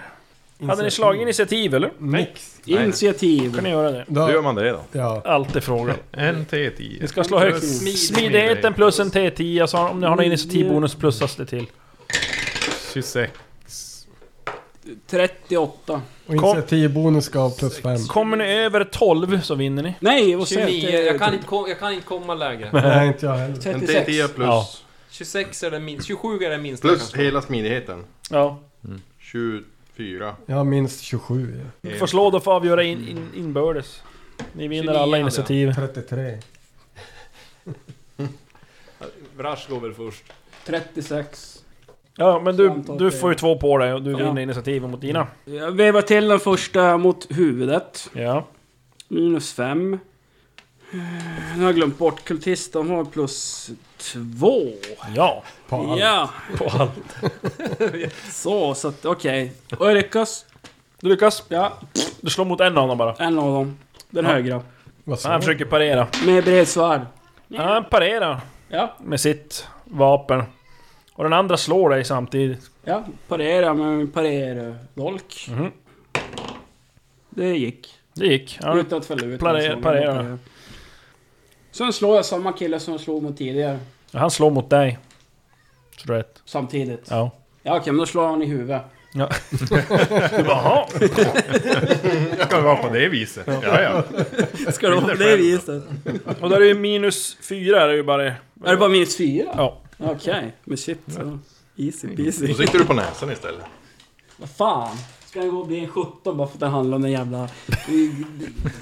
Speaker 6: Hade ni slagit initiativ eller?
Speaker 5: Nix.
Speaker 6: Kan
Speaker 3: Initiativ.
Speaker 6: ni göra det?
Speaker 7: Då gör
Speaker 5: Då,
Speaker 7: man det då.
Speaker 5: ja.
Speaker 6: Alltid frågan.
Speaker 2: En
Speaker 6: Ni
Speaker 2: T10.
Speaker 6: ska slå högt. Smidigheten plus en T10, alltså om ni har en initiativbonus plussas det till.
Speaker 2: 26.
Speaker 3: 38.
Speaker 5: Och initiativbonus gav plus fem.
Speaker 6: Kommer ni över 12 så vinner ni.
Speaker 3: Nej, vad säger
Speaker 4: 29,
Speaker 3: du?
Speaker 4: jag kan, inte kom, jag kan inte komma lägre.
Speaker 5: Nej, inte jag heller.
Speaker 7: En
Speaker 3: 36.
Speaker 7: T10 plus,
Speaker 6: Ja.
Speaker 4: 26 är den minsta, 27 är den minsta
Speaker 7: plus
Speaker 4: kanske.
Speaker 7: hela smidigheten.
Speaker 6: Ja.
Speaker 7: 24.
Speaker 5: Jag har minst 27. ja.
Speaker 6: Ni får slå då för att avgöra in, in, inbördes. Ni vinner alla initiativ.
Speaker 5: 33.
Speaker 4: Vrash går väl först.
Speaker 3: 36.
Speaker 6: Ja men du, du får ju två på dig och du vinner initiativen mot dina.
Speaker 3: Jag vevar till den första mot huvudet.
Speaker 6: Ja.
Speaker 3: Minus 5. Nu har jag glömt bort. Kultist, de har plus 2.
Speaker 6: Ja.
Speaker 5: På allt.
Speaker 3: Ja,
Speaker 6: På allt.
Speaker 3: så, så att okej. Och jag lyckas.
Speaker 6: Du lyckas. Ja. Du slår mot en av dem bara.
Speaker 3: En av dem. Den
Speaker 6: Ja.
Speaker 3: högra.
Speaker 5: Vad sa
Speaker 6: Han
Speaker 5: du?
Speaker 6: försöker parera.
Speaker 3: Med bredsvärd.
Speaker 6: Han parerar
Speaker 3: Ja,
Speaker 6: med sitt vapen. Och den andra slår dig samtidigt.
Speaker 3: ja. Parera med min parerdolk.
Speaker 6: Mhm.
Speaker 3: Det gick.
Speaker 6: Det gigick. Ja.
Speaker 3: Utan att fälla ut
Speaker 6: Parera-
Speaker 3: någon sån.
Speaker 6: parera.
Speaker 3: Sen slår jag samma kille som jag slog mot tidigare.
Speaker 6: Han slår mot dig. Så du har ett.
Speaker 3: Samtidigt. Ja,
Speaker 6: Ja.
Speaker 3: okej, men då slår jag honom i huvudet.
Speaker 6: Du bara "Jaha."
Speaker 2: Ska det vara på det viset? Ja, ja.
Speaker 3: Ska det vara på det viset?
Speaker 6: Och då är det ju minus fyra är det ju bara det.
Speaker 3: Är det bara minus fyra?
Speaker 6: Ja.
Speaker 3: Okej, men shit. Så. Easy peasy.
Speaker 7: Då sitter du på näsan istället.
Speaker 3: Vad fan? Ska jag gå och bli en 17 bara för att det handlar om den jävla... eh,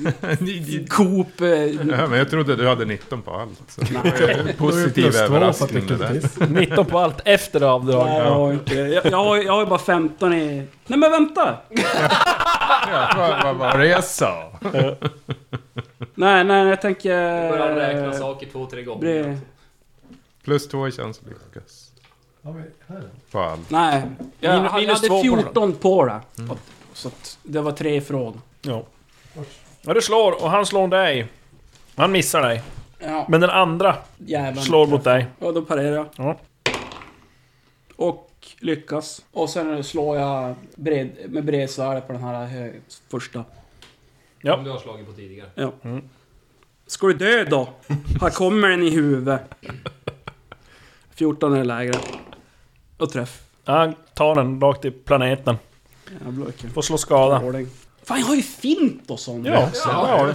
Speaker 3: Coop... eh,
Speaker 2: ja, men jag trodde du hade 19 på allt. Så.
Speaker 5: Då är det
Speaker 2: Positiv
Speaker 5: plus två för att det
Speaker 2: typ överraskning det
Speaker 5: är
Speaker 2: där.
Speaker 5: kultist.
Speaker 6: 19 på allt efter avdrag.
Speaker 3: Nej, jag har inte... Jag, jag, har, ju- jag har ju bara 15 i... Nej men vänta!
Speaker 2: Ja, vad, vad var det jag sa?
Speaker 3: Nej, nej, jag tänker... eh,
Speaker 4: Börjar räkna saker två, tre gånger.
Speaker 3: Bre-
Speaker 2: Plus två i chans att lyckas.
Speaker 5: Har vi- här är
Speaker 2: På allt.
Speaker 3: Nej. Jag
Speaker 6: Minus-
Speaker 3: hade- jag
Speaker 6: minus två
Speaker 3: hade
Speaker 6: på den.
Speaker 3: 14 på Mm. det. Så att det var tre ifrån.
Speaker 6: Ja. Ja, du slår och han slår dig. Han missar dig.
Speaker 3: Ja,
Speaker 6: Men den andra
Speaker 3: jävlar.
Speaker 6: slår mot dig.
Speaker 3: Ja, då parerar jag.
Speaker 6: Ja.
Speaker 3: Och lyckas. Och sen slår jag bred, med bredsvärdet på den här hö, första.
Speaker 6: Ja.
Speaker 4: Om du har slagit på tidigare.
Speaker 3: Ja.
Speaker 6: Mm.
Speaker 3: Ska du dö då? Här kommer den i huvudet. 14 är lägre. Och träff.
Speaker 6: Han tar den rakt i planeten.
Speaker 3: Jävlar vilken
Speaker 6: Får slå skada.
Speaker 3: ordning. Fan jag har ju fint och sånt
Speaker 6: Ja,
Speaker 3: också.
Speaker 6: så har du.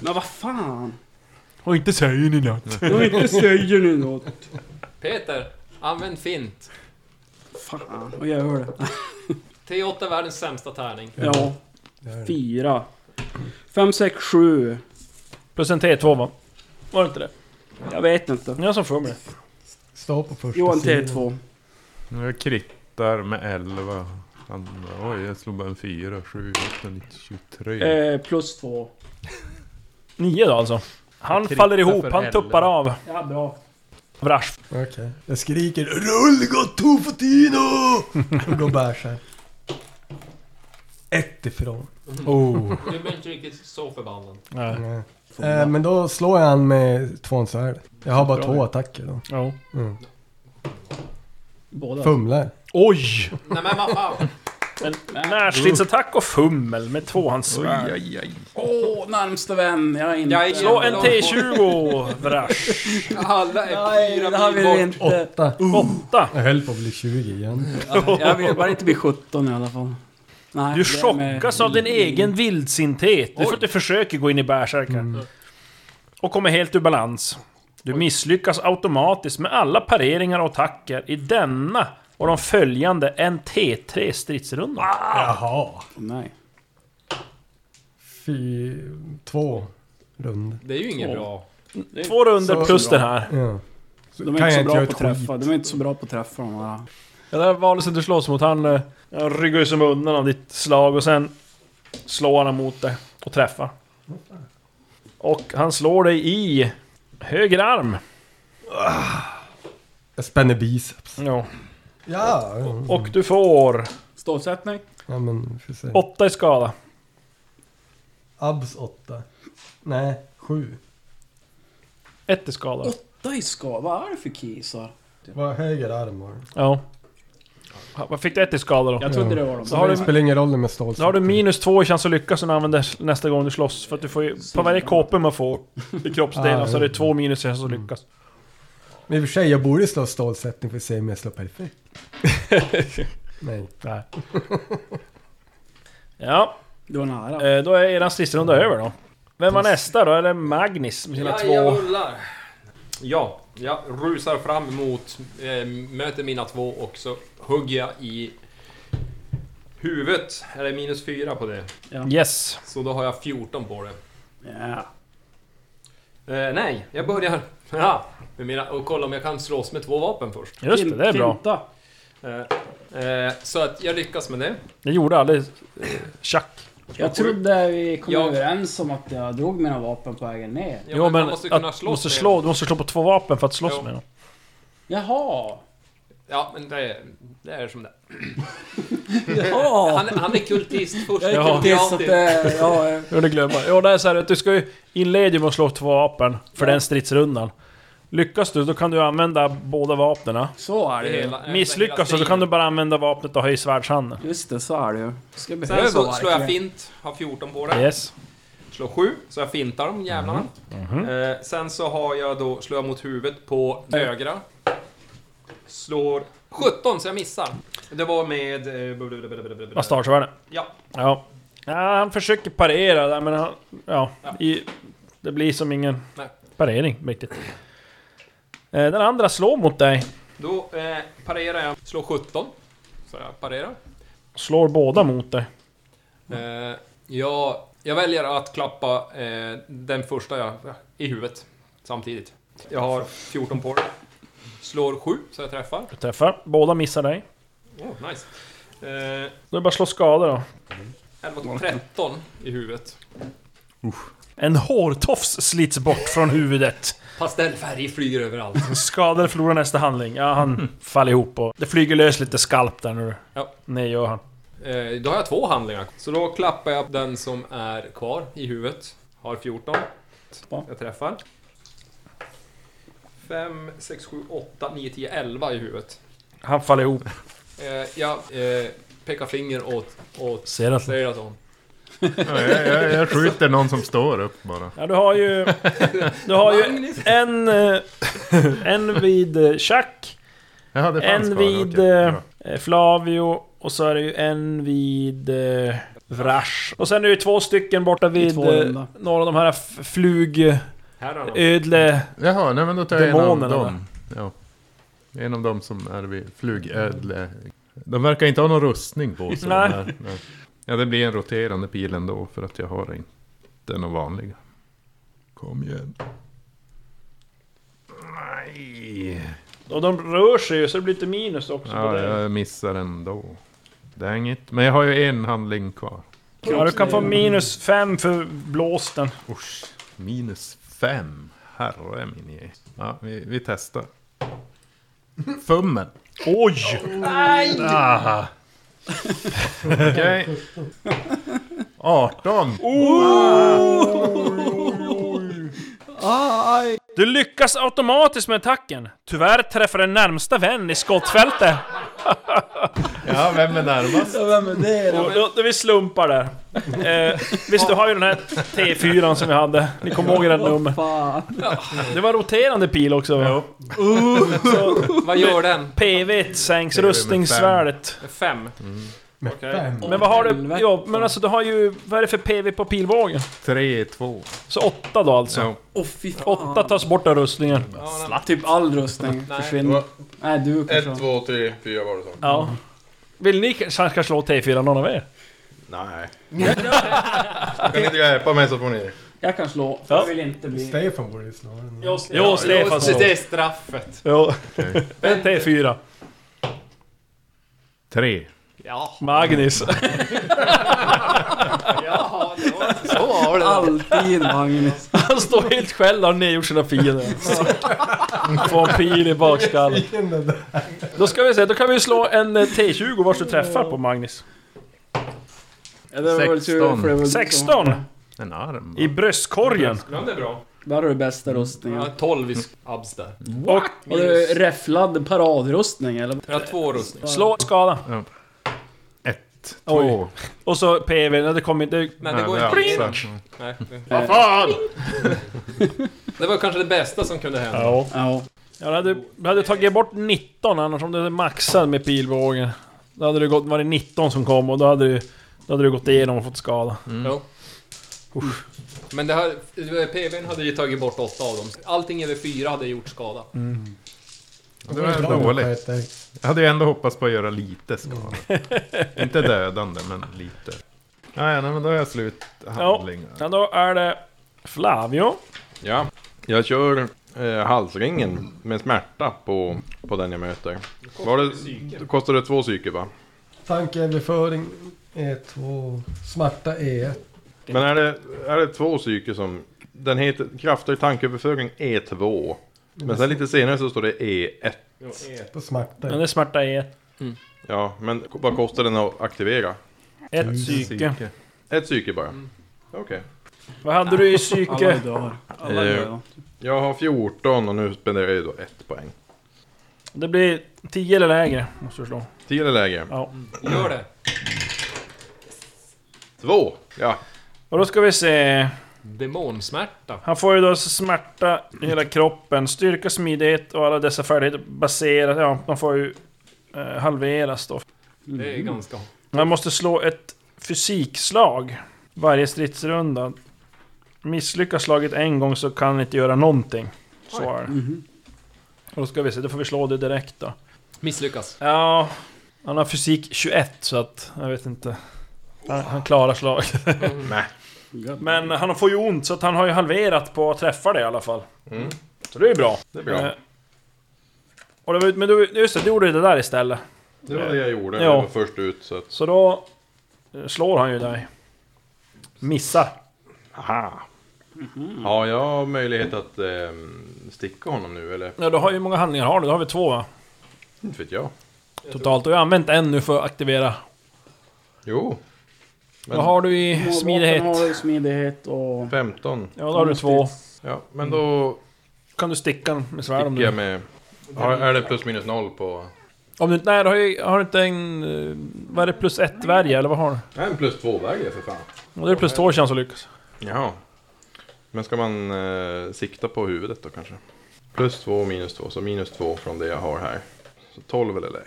Speaker 3: Men vad fan.
Speaker 6: Och inte säger ni något.
Speaker 3: Jag inte säger nu något.
Speaker 4: Peter, använd fint.
Speaker 3: Fan, och jag hör det.
Speaker 4: T8 är världens sämsta tärning.
Speaker 3: Ja,
Speaker 5: det. Här är det.
Speaker 3: fyra. Fem, sex, sju.
Speaker 6: Plus en T2 va? Var det inte det?
Speaker 3: Jag vet inte.
Speaker 6: Ni har som för mig det.
Speaker 5: Stå på första
Speaker 3: Johan
Speaker 5: sidan.
Speaker 3: T2.
Speaker 2: Jag krittar med 11. Han, oj, jag slog bara en 4, 7, 8, 9, 23.
Speaker 3: Eh, plus två.
Speaker 6: Nio då alltså. Han
Speaker 2: Kritta
Speaker 6: faller ihop,
Speaker 2: för
Speaker 6: han
Speaker 2: helvete.
Speaker 6: tuppar av.
Speaker 3: Ja, bra.
Speaker 6: Vrash.
Speaker 5: Okej. Jag skriker RULL GOTTO FOTINO! Och går bärsär. Ett ifrån. Oh.
Speaker 4: Du blir inte riktigt så förbannad.
Speaker 6: Nej.
Speaker 5: Nej. Eh, men då slår jag han med tvåan svärd. Jag har bara två attacker då.
Speaker 6: Ja.
Speaker 5: Mm.
Speaker 3: Båda.
Speaker 5: Fumlar.
Speaker 6: Oj!
Speaker 4: Nej men vad fan.
Speaker 6: En närstridsattack och fummel med tvåhandssvärd.
Speaker 7: Aj, aj.
Speaker 3: Åh, närmsta vän. Jag är inte...
Speaker 4: Jag är-
Speaker 6: Slå en T20, Vrash.
Speaker 4: Alla är
Speaker 3: Nej,
Speaker 4: fyra
Speaker 3: det här
Speaker 4: mil
Speaker 3: vill vi
Speaker 4: bort.
Speaker 3: inte.
Speaker 5: Åtta.
Speaker 6: Åtta.
Speaker 5: Jag höll på att bli 20 igen.
Speaker 3: Jag vill bara inte bli 17 i alla fall. Nej,
Speaker 6: Du
Speaker 3: det är med-
Speaker 6: chockas av din egen vildsinthet. Det är för att du försöker gå in i
Speaker 3: Mm.
Speaker 6: bärsärkan. Och kommer helt ur balans. Du misslyckas automatiskt med alla pareringar och attacker i denna och de följande en T3 stridsrunda.
Speaker 5: Jaha.
Speaker 3: Nej.
Speaker 5: Fy... Två rund.
Speaker 4: Det är ju inget bra.
Speaker 6: Två runder plus den här.
Speaker 5: Ja.
Speaker 3: De är
Speaker 5: Kan
Speaker 3: inte så
Speaker 5: jag inte
Speaker 3: bra
Speaker 5: göra
Speaker 3: på att
Speaker 5: ett
Speaker 3: träffa. De är inte så bra på att träffa de där.
Speaker 6: Ja, det där varelsen du slåss mot, han eh, han ryggar ju som undan av ditt slag och sen slår han mot dig och träffar. Och han slår dig i höger arm.
Speaker 5: Jag spänner biceps.
Speaker 6: Ja.
Speaker 5: Ja. ja.
Speaker 6: Och du får
Speaker 3: Stålsättning.
Speaker 5: Ja men, vi får se.
Speaker 6: åtta i skada.
Speaker 5: Abs åtta. Nej, sju.
Speaker 6: Ett i skada.
Speaker 3: Åtta i skada. Vad är det för kisar?
Speaker 5: Vad höger arm var det?
Speaker 6: Ja. Ha, Vad fick du ett i skada då?
Speaker 3: Jag trodde det var de.
Speaker 5: Så
Speaker 6: har
Speaker 5: det
Speaker 6: du-
Speaker 5: spelar ingen roll med stål.
Speaker 6: Då har du minus två i chans att lyckas när du använder nästa gång du slåss. För att du får ju, på varje KP man får i kroppsdelen så är det två minus i chans att lyckas.
Speaker 5: Men i och för sig, jag borde slå stålsättning för att se om jag slår perfekt. Nej.
Speaker 6: Nej. Ja,
Speaker 3: Det var nära.
Speaker 6: Eh, Då är eran stridsrunda över då. Vem var nästa då? Är det Magnus med sina
Speaker 4: Ja,
Speaker 6: två...
Speaker 4: jag rullar. Ja, jag rusar fram emot, eh, möter mina två och så hugger jag i huvudet. Är det minus fyra på det?
Speaker 6: Yes.
Speaker 4: Så då har jag 14 på det.
Speaker 3: Ja.
Speaker 4: Eh, nej, jag börjar ja, med mina, och kolla om jag kan slås med två vapen först.
Speaker 6: Just det, det är bra.
Speaker 3: Finta.
Speaker 4: Eh, eh, så att jag lyckas med det.
Speaker 6: Det gjorde aldrig eh, Chuck.
Speaker 3: Jag trodde vi kom
Speaker 4: Jag-
Speaker 3: överens om att jag drog mina vapen på vägen ner.
Speaker 4: Ja,
Speaker 6: Jo men...
Speaker 4: man måste ju kunna
Speaker 6: att-
Speaker 4: slåss
Speaker 6: måste
Speaker 4: med-
Speaker 6: slå, du måste slå på två vapen för att slåss
Speaker 4: Jo.
Speaker 6: med dem.
Speaker 3: Jaha!
Speaker 4: Ja, men det, är- det är som det
Speaker 3: Jaha!
Speaker 4: han, han är kultist först.
Speaker 3: Jag är inte så att det... Ja, eh,
Speaker 6: Jag det glömma. Jo det är så här att du ska ju inleda med att slå två vapen för den stridsrundan. Lyckas du, då kan du använda båda vapnen.
Speaker 3: så är det ju.
Speaker 6: Misslyckas du, då kan du bara använda vapnet och ha i svärdshanden.
Speaker 3: Just det, så är det ju. Ska jag behöva
Speaker 4: Sen så slår jag
Speaker 3: verkligen.
Speaker 4: fint, har 14 på det.
Speaker 6: Yes.
Speaker 4: Slår 7, så jag fintar de jävlarna. Eh, sen så har jag då, slår jag mot huvudet på högra. Slår 17, så jag missar. Det var med... eh, blablabla.
Speaker 6: Bastardsvärde.
Speaker 4: Ja.
Speaker 6: Ja. ja. Han försöker parera där men han... Ja. I, det blir som ingen
Speaker 4: Nej.
Speaker 6: parering riktigt. Eh, Den andra slår mot dig.
Speaker 4: Då eh, parerar jag, slår 17. Så jag parerar.
Speaker 6: Slår båda mot dig.
Speaker 4: Eh, jag, jag väljer att klappa eh, den första jag, i huvudet samtidigt. Jag har 14 på det. Slår 7, så jag träffar.
Speaker 6: Du träffar. Båda missar dig.
Speaker 4: Oh, nice. Eh,
Speaker 6: Då är det bara att slå skada då.
Speaker 4: 11, 13 i huvudet.
Speaker 6: En hårtofs slits bort från huvudet.
Speaker 4: Pastellfärg flyger överallt.
Speaker 6: Skadade förlorar nästa handling. Ja, han faller ihop och... Det flyger lös lite skalp där nu.
Speaker 4: Ja.
Speaker 6: Nej, gör han.
Speaker 4: Eh, Då har jag två handlingar. Så då klappar jag den som är kvar i huvudet. Har 14.
Speaker 3: Ja.
Speaker 4: Jag träffar. 5, 6, 7, 8, 9, 10, 11 i huvudet.
Speaker 6: Han faller ihop.
Speaker 4: Eh, Jag eh, pekar finger åt, åt
Speaker 6: Ser att...
Speaker 4: Seraton.
Speaker 2: Ja, jag, jag, jag skjuter någon som står upp bara.
Speaker 6: Ja, du har ju... Du har ju
Speaker 4: Magnus.
Speaker 6: en... eh, En vid eh, Chuck.
Speaker 2: Jaha, det fanns
Speaker 6: En
Speaker 2: kvar,
Speaker 6: vid
Speaker 2: okej,
Speaker 6: eh,
Speaker 2: bra.
Speaker 6: Flavio och så är det ju en vid eh, Vrash. Och sen är det ju två stycken borta vid
Speaker 3: två
Speaker 6: eh,
Speaker 3: runda.
Speaker 6: några av de här f- flugödle...
Speaker 4: Herrarna.
Speaker 2: Jaha, nej men då tar jag en av
Speaker 6: Demonerna,
Speaker 2: dem. Ja. En av dem som är vid flugödle. De verkar inte ha någon rustning på sig. de
Speaker 6: Nej.
Speaker 2: här. Nej. Ja, det blir en roterande pil ändå för att jag har inte någon vanlig. Kom igen. Nej.
Speaker 6: Och de rör sig ju så det blir lite minus också på
Speaker 2: Ja,
Speaker 6: det.
Speaker 2: jag missar ändå. Dang it. Men jag har ju en handling kvar.
Speaker 6: Ja, du kan få minus fem för blåsten.
Speaker 2: Usch, minus fem. Herre min je. Ja, vi, vi testar. Fummen.
Speaker 6: Oj!
Speaker 2: Ah. Okej. 18.
Speaker 6: Du lyckas automatiskt med attacken. Tyvärr träffar den närmsta vän i skottfältet.
Speaker 2: Ja, vem är närmast?
Speaker 3: Ja, vem är det då?
Speaker 6: Och då, då vi slumpar där. Eh, visst, du har ju den här T4 som vi hade. Ni kommer ihåg det här numret.
Speaker 3: Fan.
Speaker 6: Det var roterande pil också va?
Speaker 4: Vad gör den?
Speaker 6: PV1 sänks rustningsvärdet.
Speaker 4: Fem.
Speaker 5: Med
Speaker 4: Okej.
Speaker 5: fem.
Speaker 6: Men vad har du...
Speaker 3: Helvete.
Speaker 6: Ja, men alltså du har ju... Vad är det för PV på pilbågen?
Speaker 2: Tre, två.
Speaker 6: Så åtta då alltså.
Speaker 2: Ja.
Speaker 3: Åh fy fan.
Speaker 6: Åtta tas bort av rustningen.
Speaker 4: Ja, nej.
Speaker 3: Typ all rustning
Speaker 4: Nej.
Speaker 7: Det
Speaker 3: försvinner.
Speaker 7: var
Speaker 3: Nej, du kanske.
Speaker 7: ett, två, tre, fyra var det så.
Speaker 6: Ja. Vill ni kanske slå T4 någon av er?
Speaker 7: Nej. kan ni inte hjälpa mig så får ni...
Speaker 3: Jag kan slå. för
Speaker 6: Ja.
Speaker 3: Jag vill inte bli...
Speaker 5: Stefan borde ju slå den.
Speaker 6: Jo, Stefan slår.
Speaker 4: Det är straffet.
Speaker 6: Jo. En T4.
Speaker 2: Tre.
Speaker 4: Ja.
Speaker 6: Magnus.
Speaker 4: Jaha, det var inte så.
Speaker 3: Alltid Magnus.
Speaker 6: Han står helt själv där och nedgjort sina fiender. Får en pil i bakskallen.
Speaker 5: Vilken det där.
Speaker 6: Då ska vi se, då kan vi slå en eh, T20 vars du träffar på Magnus.
Speaker 3: Ja, det var väl tur, för det var-
Speaker 6: 16!
Speaker 2: En arm.
Speaker 6: I bröstkorgen.
Speaker 4: Ja, det är bra.
Speaker 3: Där har du bästa rustningen.
Speaker 4: Jag har 12 i sk- abs där.
Speaker 6: Och
Speaker 3: Har du räfflad paradrustning eller?
Speaker 4: Jag har två rustningar.
Speaker 6: slå skada.
Speaker 2: Ett,
Speaker 6: Oj.
Speaker 2: två.
Speaker 6: Och så PV, nej det kommer inte...
Speaker 4: Nej, det
Speaker 2: Nej,
Speaker 4: går
Speaker 2: det är
Speaker 4: inte igenom.
Speaker 2: alltså-
Speaker 4: Nej.
Speaker 3: Vad
Speaker 4: fan! Det var kanske det bästa som kunde hända.
Speaker 6: Ja.
Speaker 3: Ja.
Speaker 6: Ja, du hade, du hade tagit bort 19 annars om du hade maxat med pilbågen. Då hade det gått, var det 19 som kom och då hade du, då hade du gått igenom och fått skada.
Speaker 4: Ja. Men det här, PVn hade ju tagit bort åtta av dem. Allting över fyra hade gjort skada.
Speaker 2: Mm. Det var
Speaker 5: Bra,
Speaker 2: dåligt.
Speaker 5: Peter.
Speaker 2: Jag hade ju ändå hoppats på att göra lite skada.
Speaker 7: Mm.
Speaker 2: Inte dödande, men lite. Ja, ja, nej, men då är jag slut handlingar.
Speaker 6: Ja, då är det Flavio.
Speaker 7: Ja. Jag kör eh, halsringen med smärta på, på den jag möter. Var det, då kostar det två psyke va?
Speaker 5: Tankeöverföring E E2. Smärta E1.
Speaker 7: Men är det, är det två psyke som... Den heter krafter i tankeöverföring E2. Men sen lite senare så står det E E1.
Speaker 5: På smärta.
Speaker 6: Men det smärta är
Speaker 7: Ja, men vad kostar den att aktivera?
Speaker 6: ett psyke.
Speaker 7: Ett psyke bara. Okej.
Speaker 6: Vad hade du i
Speaker 3: Alla
Speaker 6: psyke?
Speaker 3: dör. Alla
Speaker 7: Eh,
Speaker 3: dör.
Speaker 7: Jag har 14 och nu spenderar jag ju då ett poäng.
Speaker 6: Det blir 10 eller lägre, måste du slå.
Speaker 7: 10 eller lägre.
Speaker 6: Ja.
Speaker 4: Gör det!
Speaker 7: Två! Ja.
Speaker 6: Och då ska vi se...
Speaker 4: Demonsmärta.
Speaker 6: Han får ju då smärta i hela kroppen, styrka, smidighet och alla dessa färdigheter baseras... Ja, man får ju eh, halveras då.
Speaker 4: Det
Speaker 2: Mm.
Speaker 4: är ganska...
Speaker 6: Man måste slå ett fysikslag varje stridsrunda. Misslyckas slaget en gång så kan han inte göra någonting. Så är det. Och då ska vi se, då får vi slå det direkt då.
Speaker 4: Misslyckas.
Speaker 6: Ja, han har fysik 21 så att jag vet inte. Han, han klarar slaget. Men han får ju ont så att han har ju halverat på att träffa det i alla fall.
Speaker 7: Mm.
Speaker 6: Så det är ju bra.
Speaker 7: Det är bra.
Speaker 6: Eh, Och det var, ju- men du, just det, du gjorde ju det där istället.
Speaker 7: Det var det jag gjorde.
Speaker 6: Ja.
Speaker 7: Jag var först ut så att...
Speaker 6: Så då eh, slår han ju dig. Missar.
Speaker 7: Aha. Ja, jag har möjlighet att ehm, sticka honom nu eller?
Speaker 6: Ja, du har ju hur många handlingar har du? Då har vi två va?
Speaker 7: Inte vet jag.
Speaker 6: Totalt. Och jag har använt en nu för att aktivera.
Speaker 7: Jo. Men-
Speaker 6: Vad har du i smidighet?
Speaker 3: Vapen har du smidighet och...
Speaker 7: 15.
Speaker 6: Ja, då har du två.
Speaker 7: Ja, men då
Speaker 6: Kan du sticka den med svärd om
Speaker 7: sticker jag
Speaker 6: du...
Speaker 7: med... Har, är det plus minus noll på...
Speaker 6: Om du nej, du har, ju, har du inte en... eh, Vad är det? Plus ett värja, eller vad har du?
Speaker 7: Nej, en plus två väger för fan.
Speaker 6: Ja, det är plus två chans att lyckas.
Speaker 7: Jaha. Men ska man eh, sikta på huvudet då kanske? Plus två minus två, så minus två från det jag har här. Så 12 eller lägre.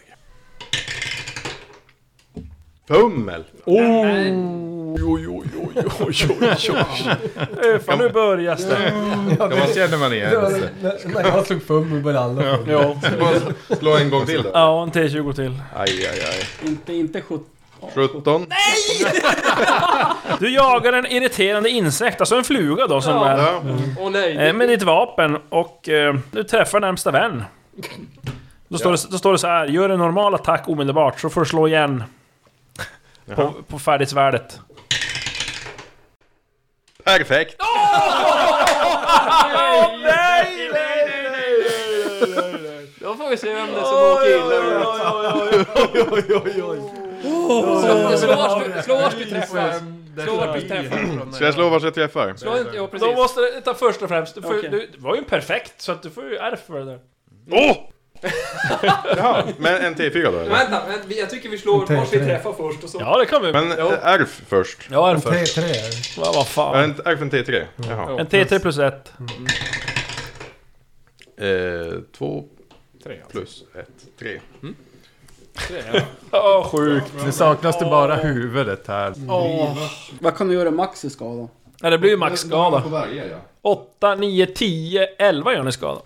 Speaker 7: Pummel! Oj, oj, oj, oj, oj, oj, oj.
Speaker 6: Ö, Fan, nu börjar det.
Speaker 2: Vad känner man igen sig?
Speaker 5: När när jag slog fummel började alla få.
Speaker 6: Ja.
Speaker 7: Ska bara slå en gång till då?
Speaker 6: ja, en T20 till.
Speaker 7: Aj, aj, aj.
Speaker 3: Inte, inte 17.
Speaker 7: 17.
Speaker 6: Du jagar en irriterande insekt, alltså en fluga då som är...
Speaker 7: Ja.
Speaker 4: Åh nej!
Speaker 6: Eh, Med ditt vapen och eh, du träffar närmsta vän. Då står, det, då står det så här, gör en normal attack omedelbart så får du slå igen. På, på färdighetsvärdet.
Speaker 7: Perfekt!
Speaker 6: Nej, nej,
Speaker 4: Då får vi se vem det är som åker illa ut. Slå- Slå vars- slå vars vi träffar. Slå vars vi träffar.
Speaker 7: Ska jag slå vars jag träffar?
Speaker 4: Slå inte... Ja,
Speaker 6: Då
Speaker 4: precis.
Speaker 6: måste du ta först och främst, du får, ju-
Speaker 3: Okej.
Speaker 6: du, det var ju en perfekt så att du får ju R för det där.
Speaker 7: Åh! Jaha, men en T4 då eller?
Speaker 4: Vänta, vänta, vi- jag tycker vi slår varsin träffar först och så...
Speaker 6: Ja, det kan vi.
Speaker 7: Men
Speaker 4: Jo.
Speaker 7: ärf först.
Speaker 6: Ja, är
Speaker 5: En
Speaker 6: det för?
Speaker 5: T3 är det.
Speaker 6: Vad vad
Speaker 7: Ja.
Speaker 6: fan.
Speaker 7: En, ärf en T3. Jaha.
Speaker 6: En T3 plus 1.
Speaker 7: Eh, två
Speaker 4: Tre, alltså.
Speaker 7: plus ett, tre.
Speaker 4: Tre, ja.
Speaker 2: Åh, sjukt. Nu saknas det bara huvudet här.
Speaker 3: Åh, vad kan du göra max i skada?
Speaker 6: Nej, det blir ju maxskada.
Speaker 7: varje ja.
Speaker 6: 8, 9, 10, 11 gör ni skada.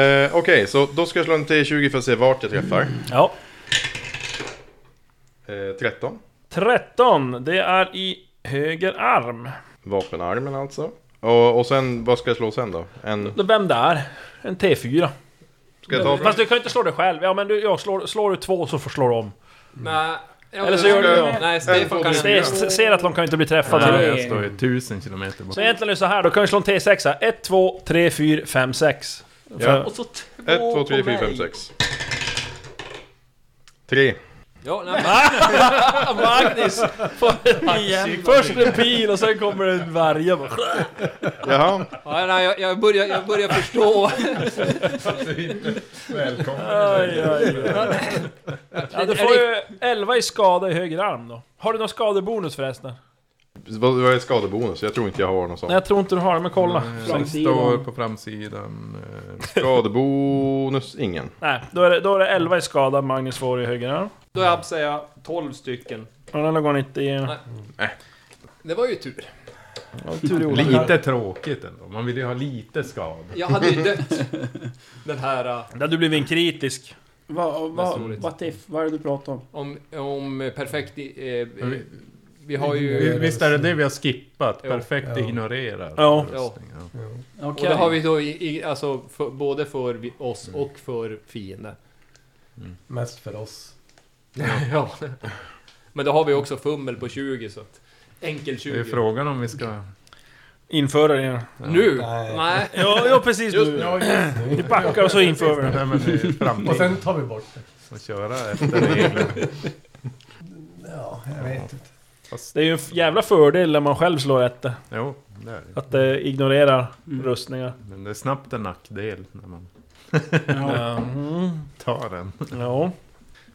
Speaker 7: Eh, Okej, så då ska jag slå en T20 för att se vart jag träffar.
Speaker 6: Ja.
Speaker 7: Eh, 13.
Speaker 6: 13, det är i höger arm.
Speaker 7: Vapenarmen alltså. Och, och sen, vad ska jag slå sen då? En...
Speaker 6: Då Vem där? En T4.
Speaker 7: Ska jag ta
Speaker 6: Fast du kan ju inte slå dig själv. Ja men du, jag slår, slår du två så får slå du om.
Speaker 4: Nej. ja,
Speaker 6: Eller så gör du det.
Speaker 4: Nej, Stefan kan inte
Speaker 6: Se-
Speaker 4: göra.
Speaker 6: se- Ser att de kan inte bli träffade.
Speaker 2: Nej, jag står ju tusen kilometer bort.
Speaker 6: Så egentligen är det så här, då kan vi slå en T6 här. 1, 2, 3, 4, 5, 6.
Speaker 7: Ja.
Speaker 4: Och så två
Speaker 7: 1, 2, 3,
Speaker 4: på
Speaker 7: 4, 5,
Speaker 4: mig.
Speaker 7: 6. 3.
Speaker 4: Ja, nej, men,
Speaker 6: Magnus! Först en pil och sen kommer det en värja bara.
Speaker 7: Jaha.
Speaker 4: ja, nej, jag, jag, börjar, jag börjar förstå.
Speaker 6: Aj, aj, aj. Ja, du får ju 11 i skada i höger arm då. Har du någon skadebonus förresten?
Speaker 7: Vad vad är skadebonus? Jag tror inte jag har någon
Speaker 6: Nej
Speaker 7: sån.
Speaker 6: jag tror inte du har det, men kolla.
Speaker 4: Mm.
Speaker 2: Som står på framsidan. eh,
Speaker 7: Skadebonus, ingen.
Speaker 6: Nej, då är det, då är det 11 i skada Magnus får i höger arm.
Speaker 4: Då är jag säger jag 12 stycken.
Speaker 6: Och den går inte igenom.
Speaker 4: Det var ju tur.
Speaker 2: Lite tråkigt ändå. Man vill ju ha lite skada.
Speaker 4: Jag hade ju dött. Den här... eh,
Speaker 6: Där du blev en kritisk.
Speaker 3: Vad va,
Speaker 4: Mest roligt.
Speaker 3: what if? Vad är det du pratar om?
Speaker 4: Om, om perfekt... i- Eh,
Speaker 2: vi-
Speaker 4: vi har
Speaker 2: Vi-
Speaker 4: ju...
Speaker 2: Visst är det det vi har skippat?
Speaker 4: Jo.
Speaker 2: Perfekt
Speaker 5: Ja.
Speaker 2: ignorerad
Speaker 6: Ja.
Speaker 2: röstning, ja.
Speaker 4: Och det har vi då i, i, alltså för, både för vi- oss och för fienden.
Speaker 5: Mest för oss.
Speaker 4: ja. Men då har vi också fummel på 20 så att... Enkel
Speaker 2: Det är
Speaker 4: 20.
Speaker 2: frågan om vi ska...
Speaker 6: Införa det igen.
Speaker 4: Nu?
Speaker 5: Nej.
Speaker 4: Nej.
Speaker 6: Ja, ja precis nu. Vi backar och så inför vi det.
Speaker 2: Nej men det är framtiden.
Speaker 5: Och sen tar vi bort det.
Speaker 2: Att köra efter reglerna.
Speaker 5: Ja, jag vet inte.
Speaker 6: Det är ju en f- jävla fördel när man själv slår ett det.
Speaker 2: Jo, det är det.
Speaker 6: Att eh, det ignorerar
Speaker 3: Mm.
Speaker 6: rustningar.
Speaker 2: Men det är snabbt en nackdel när man
Speaker 3: Ja.
Speaker 6: Mm.
Speaker 2: tar den.
Speaker 6: Ja.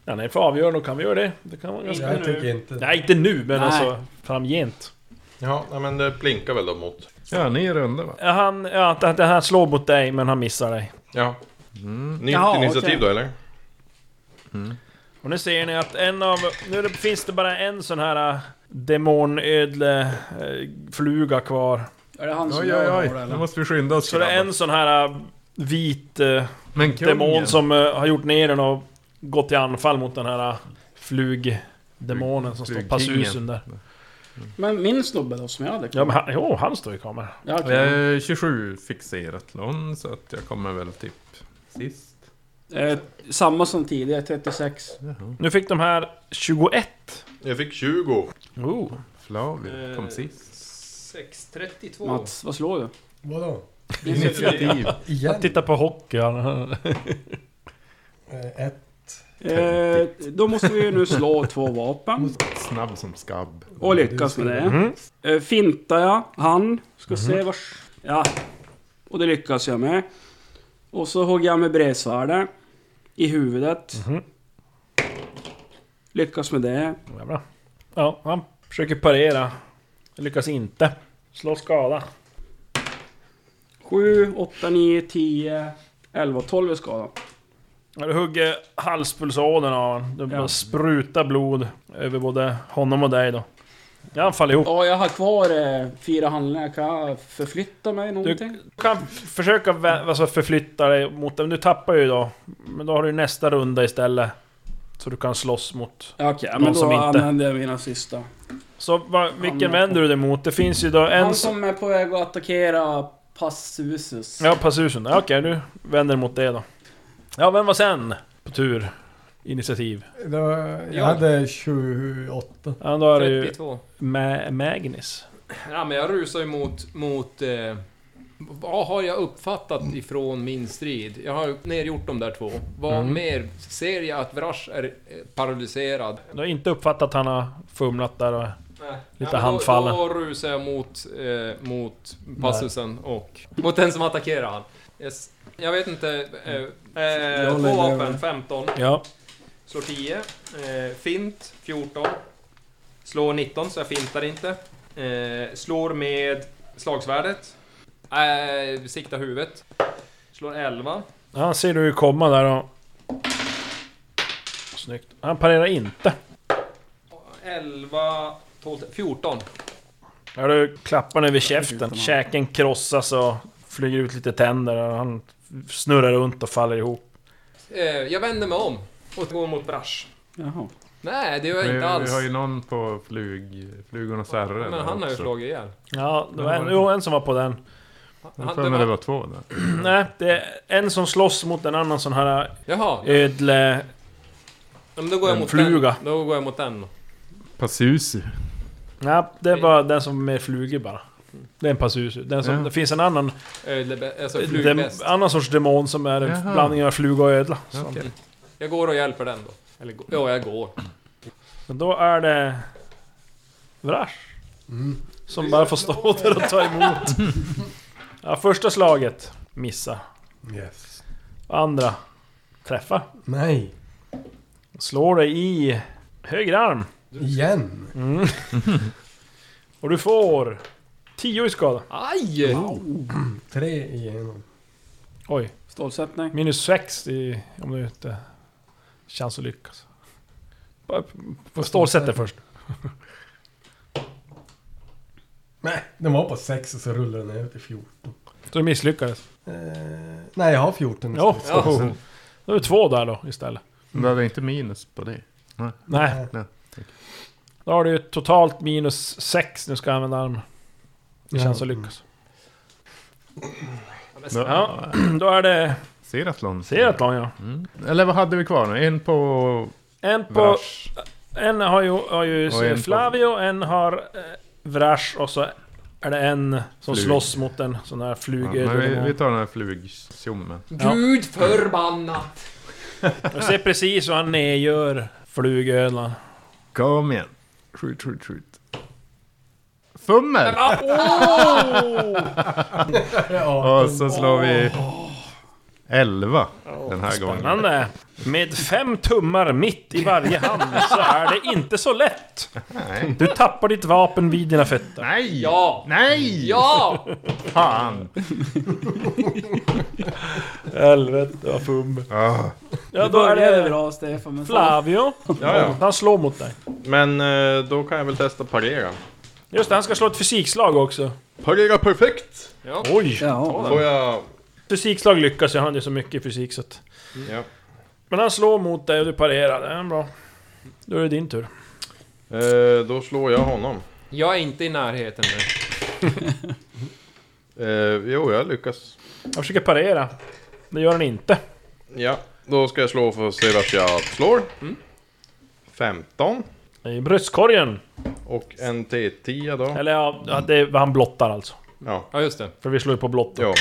Speaker 6: Ja, nej, för avgör nog kan vi göra det. Det kan vara ganska...
Speaker 5: Jag tycker inte...
Speaker 6: Nej, inte nu, men
Speaker 3: Nej.
Speaker 6: alltså framgent.
Speaker 7: Ja, nej, men det plinkar väl då mot...
Speaker 2: Ja, ny runda va?
Speaker 6: Ja, Han, ja, det det här slår mot dig, men han missar dig.
Speaker 7: Ja. Nytt
Speaker 3: Jaha,
Speaker 7: initiativ
Speaker 3: okej.
Speaker 7: då eller?
Speaker 6: Och nu ser ni att en av... Nu är det, finns det bara en sån här äh, demonödle äh, fluga kvar.
Speaker 3: Är det han som
Speaker 2: Oj,
Speaker 3: gör
Speaker 2: oj,
Speaker 3: det
Speaker 2: oj.
Speaker 3: eller?
Speaker 2: Nu måste vi skynda oss.
Speaker 6: Så det är
Speaker 2: grabbar.
Speaker 6: en sån här äh, vit äh,
Speaker 2: Men kungen.
Speaker 6: demon som äh, har gjort ner den och gått till anfall mot den här äh, flugdemonen som står
Speaker 2: Flugkingen.
Speaker 6: passusen där.
Speaker 2: Mm.
Speaker 3: Men min snubbe då som jag hade
Speaker 6: Ja,
Speaker 3: kvar?
Speaker 6: men han, jo, han står i kameran.
Speaker 3: Ja, okej.
Speaker 2: Jag är 27 fixerat lån så att jag kommer väl typ sist.
Speaker 3: eh, samma som tidigare, 36.
Speaker 6: Nu fick de här 21.
Speaker 7: Jag fick 20.
Speaker 6: Oh.
Speaker 2: Flavio kom sist.
Speaker 4: 6.32.
Speaker 3: Mats, vad slår du?
Speaker 5: Vadå?
Speaker 2: Initiativ.
Speaker 5: Igen?
Speaker 6: Titta på hockey. han-
Speaker 5: Eh, Ett.
Speaker 3: Eh, då måste vi ju nu slå två vapen.
Speaker 2: Snabb som skabb.
Speaker 3: Och lyckas med det. Eh, fintar jag han. Ska se vars... Ja. Och det lyckas jag med. Och så hugger jag med bredsvärdet. I huvudet. Lyckas med det.
Speaker 6: Jävlar. Ja, han försöker parera. Lyckas inte. Slå skada.
Speaker 3: 7, 8, 9, 10, 11, 12 är skada.
Speaker 6: Ja, Du hugger halspulsådern av honom. Det bara
Speaker 3: Ja.
Speaker 6: sprutar blod över både honom och dig då. Ja, han faller ihop.
Speaker 3: Ja, jag har kvar eh, fyra handlingar. Kan jag förflytta mig
Speaker 6: Du
Speaker 3: någonting?
Speaker 6: kan försöka vä- alltså förflytta dig mot dem. Du tappar ju då. Men då har du ju nästa runda istället. Så du kan slåss mot...
Speaker 3: Ja, Okej,
Speaker 6: Någon
Speaker 3: men då
Speaker 6: som inte-
Speaker 3: använder jag mina sista.
Speaker 6: Så va, vilken
Speaker 3: Han-
Speaker 6: vänder du dig mot? Det finns ju då en...
Speaker 3: Han
Speaker 6: som-
Speaker 3: som är på väg att attackera Passusus.
Speaker 6: Ja, passusen. Ja, Okej, du vänder mot det då. Ja, vem var sen på tur? Initiativ.
Speaker 5: Det var, jag
Speaker 4: Ja.
Speaker 5: hade 28.
Speaker 6: Ja, då är det ju
Speaker 4: 32.
Speaker 6: Ma- Magnus.
Speaker 4: Ja, men jag rusar ju mot... mot eh, vad har jag
Speaker 5: Mm.
Speaker 4: uppfattat ifrån min strid? Jag har ju nergjort de där två. Vad mer? Ser jag att Vrash är eh, paralyserad?
Speaker 6: Du har inte uppfattat att han har fumlat där och...
Speaker 4: Nej.
Speaker 6: Lite
Speaker 4: men
Speaker 6: handfallen.
Speaker 4: Då, då rusar jag mot, eh, mot passusen och... Mot den som attackerar han. Yes. Jag vet inte. eh, Eh,
Speaker 5: Jag
Speaker 4: två
Speaker 5: håller
Speaker 4: vapen,
Speaker 5: med.
Speaker 4: 15.
Speaker 6: Ja.
Speaker 4: Slår 10. Eh, fint, 14. Slår 19, så jag fintar inte. Eh, slår med slagsvärdet. Eh, siktar huvudet. Slår 11.
Speaker 6: Han ser du ju komma där och... Snyggt. Han parerar inte.
Speaker 4: 11, 12, 14.
Speaker 6: Ja, du klappar den över käften. Käken krossas och flyger ut lite tänder. Och han snurrar runt och faller ihop.
Speaker 4: Eh, jag vänder mig om och går mot Brash.
Speaker 3: Jaha.
Speaker 4: Nej, det gör jag
Speaker 2: Vi,
Speaker 4: inte alls.
Speaker 2: vi har ju någon på flug, flugornas herre.
Speaker 4: Men han har ju slagit ihjäl.
Speaker 6: Ja, det var en, jo, en som var på den.
Speaker 2: Jag för mig det var två där.
Speaker 6: Nej, det är en som slåss mot en annan sån här
Speaker 4: Jaha, ja.
Speaker 6: ödle...
Speaker 4: men då går jag
Speaker 6: en
Speaker 4: mot
Speaker 6: fluga.
Speaker 4: den. Då går jag mot den.
Speaker 2: Passusi.
Speaker 6: Nej, det var den som är flugig bara. Det är en passus. Den som,
Speaker 2: Ja.
Speaker 6: Det finns en annan,
Speaker 4: Ödlebe- Alltså
Speaker 6: dem,
Speaker 4: flugbäst.
Speaker 6: annan sorts demon som är en
Speaker 2: Jaha.
Speaker 6: blandning av fluga och ödla. Så.
Speaker 2: Okej.
Speaker 4: Jag går och hjälper den då. Eller, gå- ja, jag går.
Speaker 6: Men då är det... Vrash. Mm. Som bara får stå där och ta emot. Ja, första slaget. Missa.
Speaker 5: Yes.
Speaker 6: Andra. Träffa.
Speaker 5: Nej.
Speaker 6: Slår dig i höger arm.
Speaker 5: Igen.
Speaker 6: Och du får... 10 i skada.
Speaker 4: Aj!
Speaker 5: Tre igenom.
Speaker 6: Oj.
Speaker 3: Stålsättning.
Speaker 6: Minus 6 i, om du inte... Chans att lyckas. Bara På stålsätter först.
Speaker 5: Nej, den var på sex och så rullade den ner till 14.
Speaker 6: Så du misslyckades.
Speaker 5: Eh, nej, jag har 14
Speaker 6: Ja.
Speaker 5: istället.
Speaker 6: Då har du två där då istället.
Speaker 2: Du hade inte minus på det.
Speaker 6: Nej.
Speaker 2: Nej.
Speaker 6: Då har du ju totalt minus 6 nu ska jag använda armen. Det
Speaker 5: Ja.
Speaker 6: känns att lyckas.
Speaker 2: Ja.
Speaker 6: Ja, då är det
Speaker 2: Seraflon.
Speaker 6: Seratlon ja.
Speaker 2: Eller vad hade vi kvar nu? En på
Speaker 6: En på...
Speaker 2: Brash.
Speaker 6: En har ju, har ju
Speaker 2: Och en på-
Speaker 6: Flavio, en har eh, Vrash och så är det en som
Speaker 2: Flug.
Speaker 6: slåss mot en sån här
Speaker 2: Ja, men vi,
Speaker 6: flugödla.
Speaker 2: vi tar den här flugtjommen.
Speaker 6: Ja.
Speaker 4: Gud förbannat!
Speaker 6: Du ser precis hur han nedgör flugödlan.
Speaker 2: Kom igen. Skjut, skjut, skjut. Fummel!
Speaker 4: Ah,
Speaker 2: Och så slår vi... 11 den här gången.
Speaker 6: Spännande! eh, Med fem tummar mitt i varje hand så är det inte så lätt!
Speaker 2: Nej.
Speaker 6: Du tappar ditt vapen vid dina fötter.
Speaker 2: Nej!
Speaker 4: Ja!
Speaker 2: Nej!
Speaker 4: Ja!
Speaker 2: Fan!
Speaker 6: Helvete vad fum.
Speaker 2: Ah.
Speaker 6: Ja
Speaker 3: Då
Speaker 6: då är
Speaker 3: började
Speaker 6: det
Speaker 3: bra Stefan, men sen...
Speaker 6: Flavio.
Speaker 7: Ja, ja.
Speaker 6: Han slår mot dig.
Speaker 7: Men eh, då kan jag väl testa parera.
Speaker 6: Just det, han ska slå ett fysikslag också.
Speaker 7: Parera perfekt!
Speaker 6: Oj!
Speaker 3: Ja.
Speaker 7: Får jag...
Speaker 6: Fysikslag lyckas ju, han är så mycket i fysik så att...
Speaker 7: Ja.
Speaker 6: Men han slår mot dig och du parerar, det är bra. Då är det din tur.
Speaker 7: Eh, då slår jag honom.
Speaker 4: Jag är inte i närheten nu.
Speaker 7: Eh, jo, jag lyckas.
Speaker 6: Jag försöker parera. Det gör han inte.
Speaker 7: Ja, då ska jag slå för att se vart jag slår. 15.
Speaker 6: I bröstkorgen.
Speaker 7: Och en T10 då.
Speaker 6: Eller ja, ja, det är vad han blottar alltså.
Speaker 7: Ja,
Speaker 4: Ja, just det.
Speaker 6: För vi slår ju på blott.
Speaker 7: ja.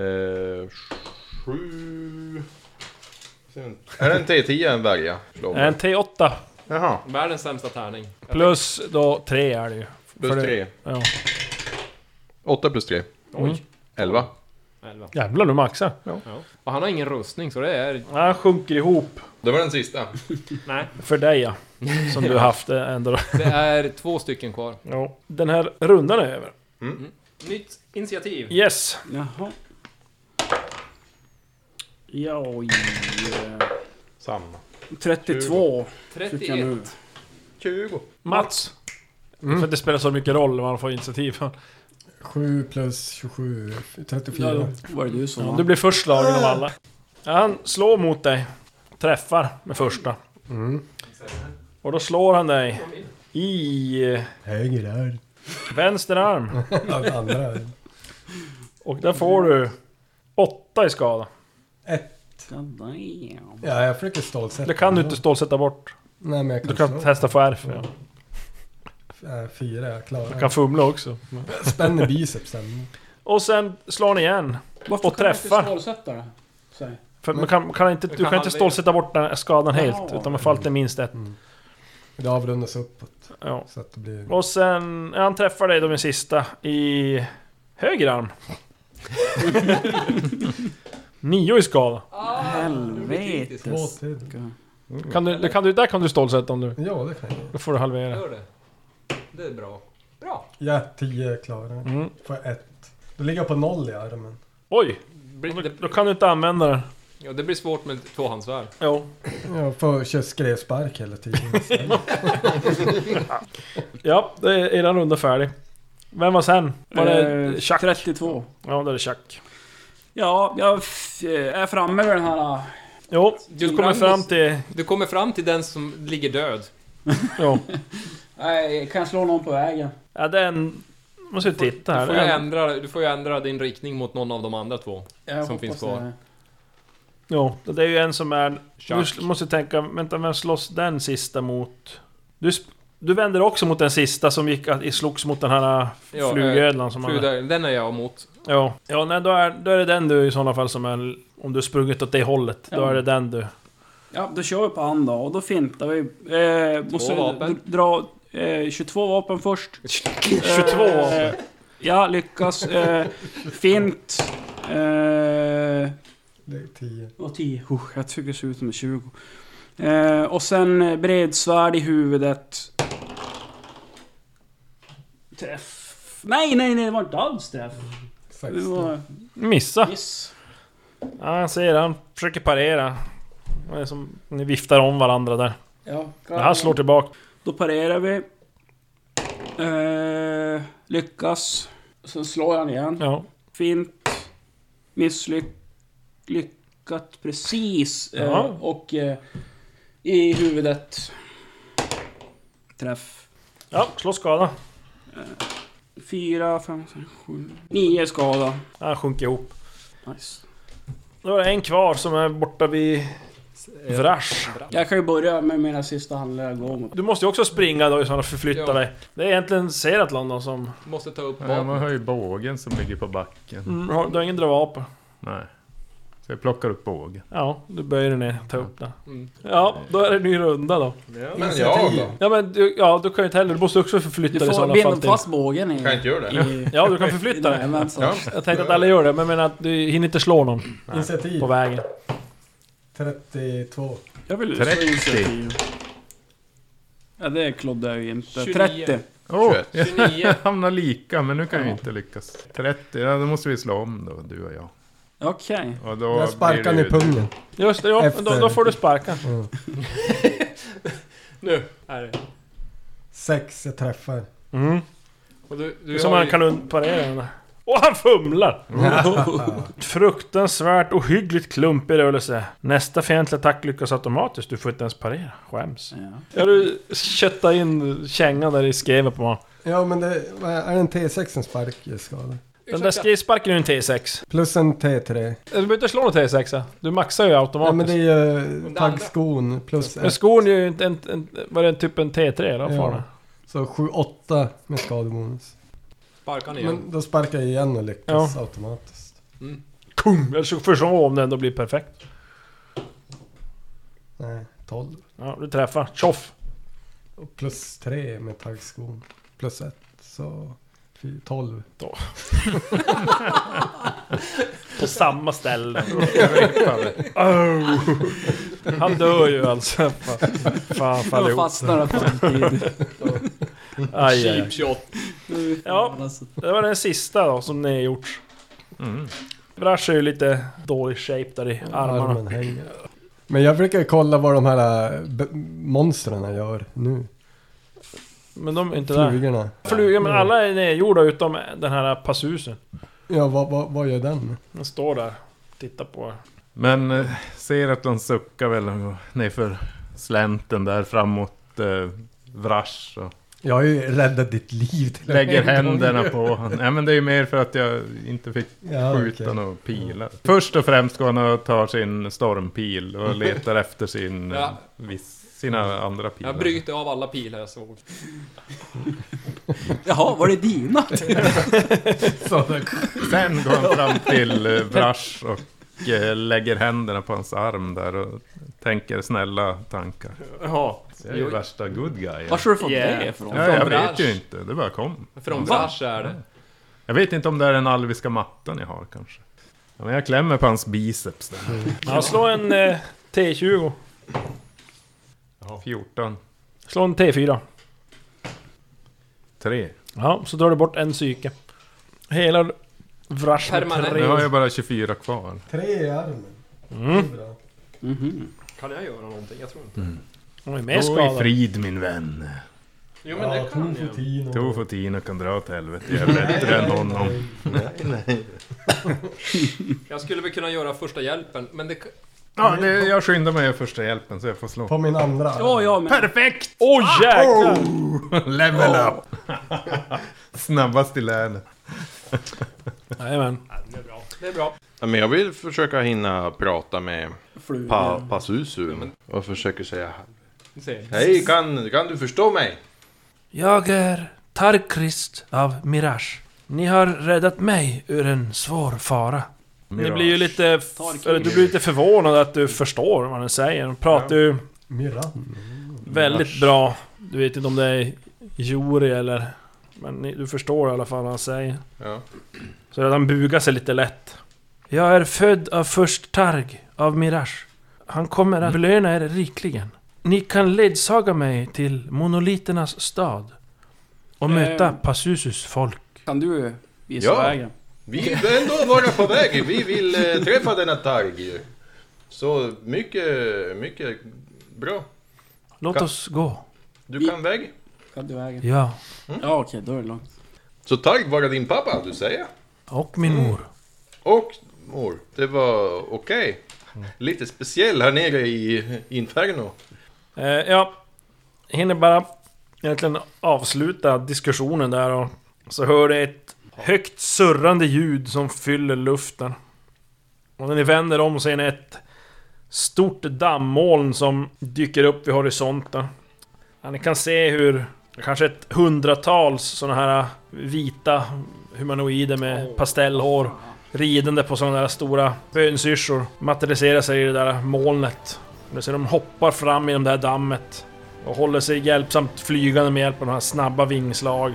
Speaker 7: Eh, sju... Är det en T10 en värja? Slår man.
Speaker 6: En T8
Speaker 7: Jaha,
Speaker 4: Världens sämsta tärning.
Speaker 6: plus då 3 är det ju. För
Speaker 7: plus
Speaker 6: det-
Speaker 7: tre.
Speaker 6: Ja. Mm.
Speaker 7: 8 plus 3.
Speaker 4: Oj.
Speaker 7: 11.
Speaker 4: Elva.
Speaker 6: Jävlar du maxar.
Speaker 4: Och han har ingen rustning, så det är...
Speaker 6: Ja, Han sjunker ihop.
Speaker 7: Det var den sista.
Speaker 4: Nej.
Speaker 6: För dig ja. Som du haft det ändå.
Speaker 4: Det är två stycken kvar.
Speaker 6: Ja. Den här rundan är över.
Speaker 4: Nytt initiativ.
Speaker 6: Yes.
Speaker 3: Jaha. Ja, oj.
Speaker 7: Samma.
Speaker 3: 32 fick jag
Speaker 4: 31.
Speaker 3: nu.
Speaker 7: 20.
Speaker 6: Mats. Mm. För att det spelar så mycket roll vad han får initiativ.
Speaker 5: 7 plus 27, 34.
Speaker 3: Ja, då var det du som
Speaker 6: Ja,
Speaker 3: vann.
Speaker 6: du blir först slagen av alla. Ja, Han slår mot dig. Träffar med första. Och då slår han dig i eh,
Speaker 5: Höger där.
Speaker 6: vänster arm.
Speaker 5: Allt andra är
Speaker 6: Och där får du åtta i skada.
Speaker 5: ett.
Speaker 3: Goddamn.
Speaker 5: Ja, jag försöker stålsätta.
Speaker 6: Det kan du
Speaker 5: den.
Speaker 6: inte stålsätta bort.
Speaker 5: Nej, men jag kan,
Speaker 6: Du kan
Speaker 5: slå.
Speaker 6: testa få R för det.
Speaker 5: Äh, fyra, jag klarar.
Speaker 6: Du kan fumla också.
Speaker 5: Spänner bicepsen.
Speaker 6: Och sen slår han igen.
Speaker 3: Varför
Speaker 6: Och
Speaker 3: kan man
Speaker 6: träffar.
Speaker 3: inte stålsätta det? Säg.
Speaker 6: För man kan, kan inte, du
Speaker 4: kan
Speaker 6: kan inte
Speaker 4: halvera.
Speaker 6: stålsätta bort den här skadan
Speaker 3: Ja.
Speaker 6: helt. Utan man får alltid minst ett.
Speaker 5: Det avrundas uppåt.
Speaker 6: Ja.
Speaker 5: Så att det blir...
Speaker 6: Och sen, ja, han träffar dig då med sista i höger arm. Nio i skada.
Speaker 5: Två
Speaker 3: Helvetes.
Speaker 5: till.
Speaker 6: Kan du, kan du, där kan du stålsätta om du...
Speaker 5: Ja, det kan jag.
Speaker 6: Då får du halvera.
Speaker 4: Gör det. Det är bra. Bra.
Speaker 5: Jag är tio klara.
Speaker 6: Mm.
Speaker 5: Får jag ett. Då ligger jag på noll i armen.
Speaker 6: Oj!
Speaker 4: Blir-
Speaker 6: Då,
Speaker 4: Det,
Speaker 6: då kan du inte använda den.
Speaker 4: ja, det blir svårt med tvåhandsvärd.
Speaker 6: Jo.
Speaker 5: Jag får köra skrevspark hela tiden. istället.
Speaker 6: Ja, det är eran runda färdig. Vem var sen? Var
Speaker 3: Eh,
Speaker 6: det Chuck?
Speaker 3: 32.
Speaker 6: Ja, det är Chuck.
Speaker 3: Ja, jag f- är framme vid den här...
Speaker 6: Jo, du kommer fram till...
Speaker 4: Du kommer fram till den som ligger död.
Speaker 6: Jo.
Speaker 3: Nej, eh, kan jag slå någon på vägen? Ja,
Speaker 6: Ja, den... Måste ju titta
Speaker 4: Du
Speaker 6: här.
Speaker 4: får, ju
Speaker 6: Den-
Speaker 4: ändra, du får ju ändra din riktning mot någon av de andra två.
Speaker 3: jag
Speaker 4: Som finns
Speaker 3: hoppas
Speaker 4: kvar.
Speaker 3: det.
Speaker 6: Jo, det är ju en som är... Du
Speaker 4: Chuck.
Speaker 6: sl- måste tänka, vänta, vem slåss den sista mot? Du, sp- du vänder också mot den sista som gick att, slogs mot den här
Speaker 4: Ja, eh,
Speaker 6: flugödlan som
Speaker 4: Fru,
Speaker 6: hade...
Speaker 4: där- den är jag emot.
Speaker 6: Ja, ja nej, då, är, då är det den du i sådana fall som är... Om du sprungit åt det hållet, då
Speaker 3: Ja.
Speaker 6: är det den du...
Speaker 3: Ja, då kör vi på han då. Och då fintar vi. Eh, måste
Speaker 4: vapen.
Speaker 3: d- dra eh, 22 vapen först.
Speaker 6: 22
Speaker 3: Eh, ja, lyckas. Eh, fint. Eh,
Speaker 5: Det är tio.
Speaker 3: och 10. Oh, jag tycker det ser ut som en 20. Eh, och sen eh, bredsvärd i huvudet. Träff. Nej, nej, nej, det var inte alls träff. Det
Speaker 5: 16.
Speaker 3: var
Speaker 6: Missa!
Speaker 3: miss.
Speaker 6: Ja, han ser det. Han försöker parera. Det är som, ni viftar om varandra där.
Speaker 3: Ja,
Speaker 6: Men han slår tillbaka.
Speaker 3: Då parerar vi. Eh, lyckas. Sen slår jag han igen.
Speaker 6: Ja.
Speaker 3: Fint. Misslyckat. Lyckat precis. Eh,
Speaker 6: Ja.
Speaker 3: och eh, i huvudet. Träff.
Speaker 6: ja, slå skada.
Speaker 3: Fyra, fem, sex, sju. Nio skada.
Speaker 6: Han sjunker ihop.
Speaker 3: Nice.
Speaker 6: Då är det en kvar som är borta vid Vrash.
Speaker 3: Jag kan ju börja med mina sista handlingar jag går mot.
Speaker 6: Du måste ju också springa då i sådana förflytta
Speaker 4: Ja.
Speaker 6: dig. Det är egentligen Seratlan då som...
Speaker 4: Du måste ta upp
Speaker 2: Ja, man
Speaker 4: vapnet.
Speaker 2: har ju bågen som ligger på backen.
Speaker 6: Du har, Mm. du har ingen dravape.
Speaker 2: Nej. Så jag plockar upp bågen.
Speaker 6: Ja, du böjer dig ner, tar upp den.
Speaker 4: Mm.
Speaker 6: Ja, då är det en ny runda då.
Speaker 7: Men jag då?
Speaker 6: Ja men du, ja, du kan ju inte heller... Du måste också förflytta
Speaker 3: Du
Speaker 6: dig i
Speaker 3: får
Speaker 6: sådana
Speaker 3: binda
Speaker 6: fall
Speaker 3: fast bågen i...
Speaker 7: Kan jag inte göra det?
Speaker 3: i
Speaker 6: Ja, du kan
Speaker 3: i
Speaker 6: förflytta dig.
Speaker 3: den, alltså.
Speaker 7: Ja.
Speaker 6: Jag tänkte att alla gör det, men jag menar att du hinner inte slå någon
Speaker 5: Initiativ
Speaker 6: på vägen.
Speaker 5: 32.
Speaker 3: Jag vill slå
Speaker 2: 30.
Speaker 3: initiativ. Ja, det kloddar jag ju inte.
Speaker 4: 29.
Speaker 3: 30.
Speaker 2: Åh!
Speaker 7: 21.
Speaker 2: jag
Speaker 4: 29.
Speaker 2: hamnar lika, men nu kan jag ju inte lyckas. 30, ja, då måste vi slå om då, du och jag.
Speaker 3: Okej.
Speaker 2: Och då
Speaker 5: Jag
Speaker 2: blir
Speaker 5: sparkar i
Speaker 2: det ju-
Speaker 5: pungen.
Speaker 6: Just det, ja,
Speaker 5: Efter-
Speaker 6: då, då får du sparka.
Speaker 4: Nu är det.
Speaker 5: Sex, jag träffar.
Speaker 6: Mm.
Speaker 4: Och du,
Speaker 6: Det
Speaker 4: du
Speaker 6: är som
Speaker 4: har
Speaker 6: han
Speaker 4: ju-
Speaker 6: kan un- parera den. där. Och han fumlar! Ett Fruktansvärt ohyggligt klumpig rörelse. Nästa fientliga attack lyckas automatiskt. Du får inte ens parera. Skäms.
Speaker 3: Ja.
Speaker 6: Ja du köttar in kängan där i skrevet på honom.
Speaker 5: Ja, men det vad är är det en T6 en spark i skada?
Speaker 6: Den där skrivsparken är ju en T6.
Speaker 5: Plus en T3.
Speaker 6: Du behöver inte slå någon T6. a. Du maxar ju
Speaker 5: Ja, men
Speaker 6: automatiskt.
Speaker 5: det är
Speaker 6: men,
Speaker 5: ju eh,
Speaker 4: andra.
Speaker 5: taggskon plus ett.
Speaker 6: skon är ju inte en, en, Var det typ en T3 eller vad
Speaker 5: Ja.
Speaker 6: fan är det?
Speaker 5: Så 7-8 med skadebonus.
Speaker 4: Sparkar ner.
Speaker 5: Men då sparkar jag igen och lyckas automatiskt.
Speaker 6: Kung! Jag ska förstå om den då blir perfekt.
Speaker 5: Nej, 12.
Speaker 6: Ja, du träffar. Tjoff!
Speaker 5: Och plus 3 med taggskon. Plus 1, så fy- 12.
Speaker 6: På samma ställe. oh. Han dör ju alltså. Fan, fan
Speaker 3: Jag
Speaker 6: faller ihop.
Speaker 3: fastnar på tid.
Speaker 6: Aj, aj,
Speaker 4: Cheap
Speaker 6: aj.
Speaker 4: shot.
Speaker 6: Ja. Det var den sista då som ni har gjort.
Speaker 2: Mm.
Speaker 6: Vrash är ju lite dålig shape där i armarna.
Speaker 5: Armen hänger. Men jag brukar kolla vad de här äh, b- monstren gör nu.
Speaker 6: Men de är inte där.
Speaker 5: Flugorna.
Speaker 6: Flugor, men alla är nedgjorda utom den här passusen.
Speaker 5: Ja, vad, vad, vad gör den?
Speaker 6: Den står där. Tittar på er.
Speaker 2: Men eh, ser att de suckar väl nerför slänten där framåt eh, Vrash och
Speaker 5: Jag har ju räddat ditt liv till
Speaker 2: lägger
Speaker 5: en gång.
Speaker 2: händerna på honom. Nej men det är ju mer för att jag inte fick
Speaker 5: Ja,
Speaker 2: skjuta
Speaker 5: okej.
Speaker 2: några pilar. Först och främst går han och tar sin stormpil och letar efter sin, eh,
Speaker 4: Ja.
Speaker 2: viss, sina andra pilar.
Speaker 4: Jag bryter av alla pilar jag såg.
Speaker 3: Jaha, var det dina?
Speaker 2: Sen går han fram till eh, Vrash och eh, lägger händerna på hans arm där och tänker snälla tankar.
Speaker 6: Jaha.
Speaker 2: Jag är ju värsta good guy.
Speaker 3: Var
Speaker 2: Ja.
Speaker 3: har du fått
Speaker 6: Yeah.
Speaker 3: det ifrån?
Speaker 2: Ja, jag
Speaker 4: Vrash.
Speaker 2: vet ju inte, det bara kom.
Speaker 4: Från Vrash är det.
Speaker 2: Jag vet inte om det är den alviska mattan jag har kanske. Ja, men jag klämmer på hans biceps där.
Speaker 6: Ja, slå en eh, T20.
Speaker 2: 14.
Speaker 6: Slå en T4.
Speaker 2: 3.
Speaker 6: Ja, så drar du bort en psyke. Hela vrash med
Speaker 4: Permanent.
Speaker 2: Nu
Speaker 6: tre.
Speaker 2: har jag bara 24 kvar.
Speaker 5: Tre i armen.
Speaker 6: Mm.
Speaker 5: Det är bra.
Speaker 4: Kan jag göra någonting? Jag tror inte.
Speaker 6: Hon är mer
Speaker 2: Gå i
Speaker 6: skadad.
Speaker 2: frid min vän.
Speaker 4: Jo men
Speaker 5: Ja,
Speaker 4: det kan
Speaker 5: Tofu
Speaker 4: jag.
Speaker 5: Tino.
Speaker 2: Tofu Tino kan dra åt helvete. Jag är bättre än honom.
Speaker 4: Jag skulle väl kunna göra första hjälpen, men det...
Speaker 2: Ja, det, jag skyndar mig att första hjälpen så jag får slå.
Speaker 5: På min andra arm.
Speaker 3: Ja, ja, men...
Speaker 2: Perfekt!
Speaker 6: Oj jäklar!
Speaker 2: Level up! Snabbast i länet.
Speaker 6: Jajamän.
Speaker 4: Det är bra.
Speaker 7: Ja, Men jag vill försöka hinna prata med
Speaker 3: Fluga.
Speaker 7: pa, Pasusu och försöker säga
Speaker 4: Vi ser.
Speaker 7: Hej, kan, kan du förstå mig?
Speaker 9: Jag är Tarkrist av Mirage. Ni har räddat mig ur en svår fara.
Speaker 6: Ni blir ju lite... f-
Speaker 3: Tarkin.
Speaker 6: Eller, du blir lite förvånad att du förstår vad den säger. De pratar ju
Speaker 5: Miran.
Speaker 6: väldigt bra. Du vet inte om det är Jori eller... Men ni, du förstår i alla fall vad han säger.
Speaker 7: Ja.
Speaker 6: Så att han bugar sig lite lätt.
Speaker 9: Jag är född av först Targ av Mirage. Han kommer att belöna er rikligen. Ni kan ledsaga mig till monoliternas stad och
Speaker 3: Eh.
Speaker 9: möta Passusus folk.
Speaker 3: Kan du visa
Speaker 7: Ja.
Speaker 3: vägen?
Speaker 7: Vi vill ändå vara på väg, vi vill eh, träffa denna Targ. Så mycket, mycket bra.
Speaker 9: Låt
Speaker 7: Ka-
Speaker 9: oss gå.
Speaker 7: Du kan väg.
Speaker 3: Kan du vägen?
Speaker 9: Ja,
Speaker 6: Mm.
Speaker 3: Ja, okej, då är det långt.
Speaker 7: Så Targ var din pappa, du säger?
Speaker 9: och min mor.
Speaker 7: Och mor, det var okej. Lite speciell här nere i Inferno.
Speaker 6: Eh, ja, jag hinner bara egentligen avsluta diskussionen där och så hör du ett högt surrande ljud som fyller luften. Och när ni vänder om ser ni ett stort dammoln som dyker upp vid horisonten. Ja, ni kan se hur kanske ett hundratals sådana här vita humanoider med pastellhår ridande på sådana där stora bönsyrsor materialiserar sig i det där molnet. Nu ser de hoppar fram genom det här dammet och håller sig hjälpsamt flygande med hjälp av de här snabba vingslag.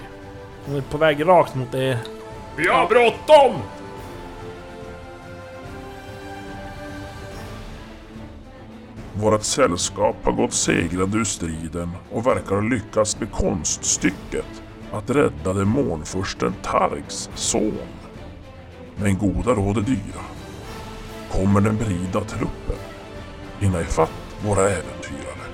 Speaker 6: De är på väg rakt mot er. Vi har bråttom!
Speaker 1: Vårt sällskap har gått segrande ur striden och verkar ha lyckats med konststycket att rädda demonfursten Targs son. Men goda råd är dyra. Kommer den brida truppen hinna ifatt våra äventyrare?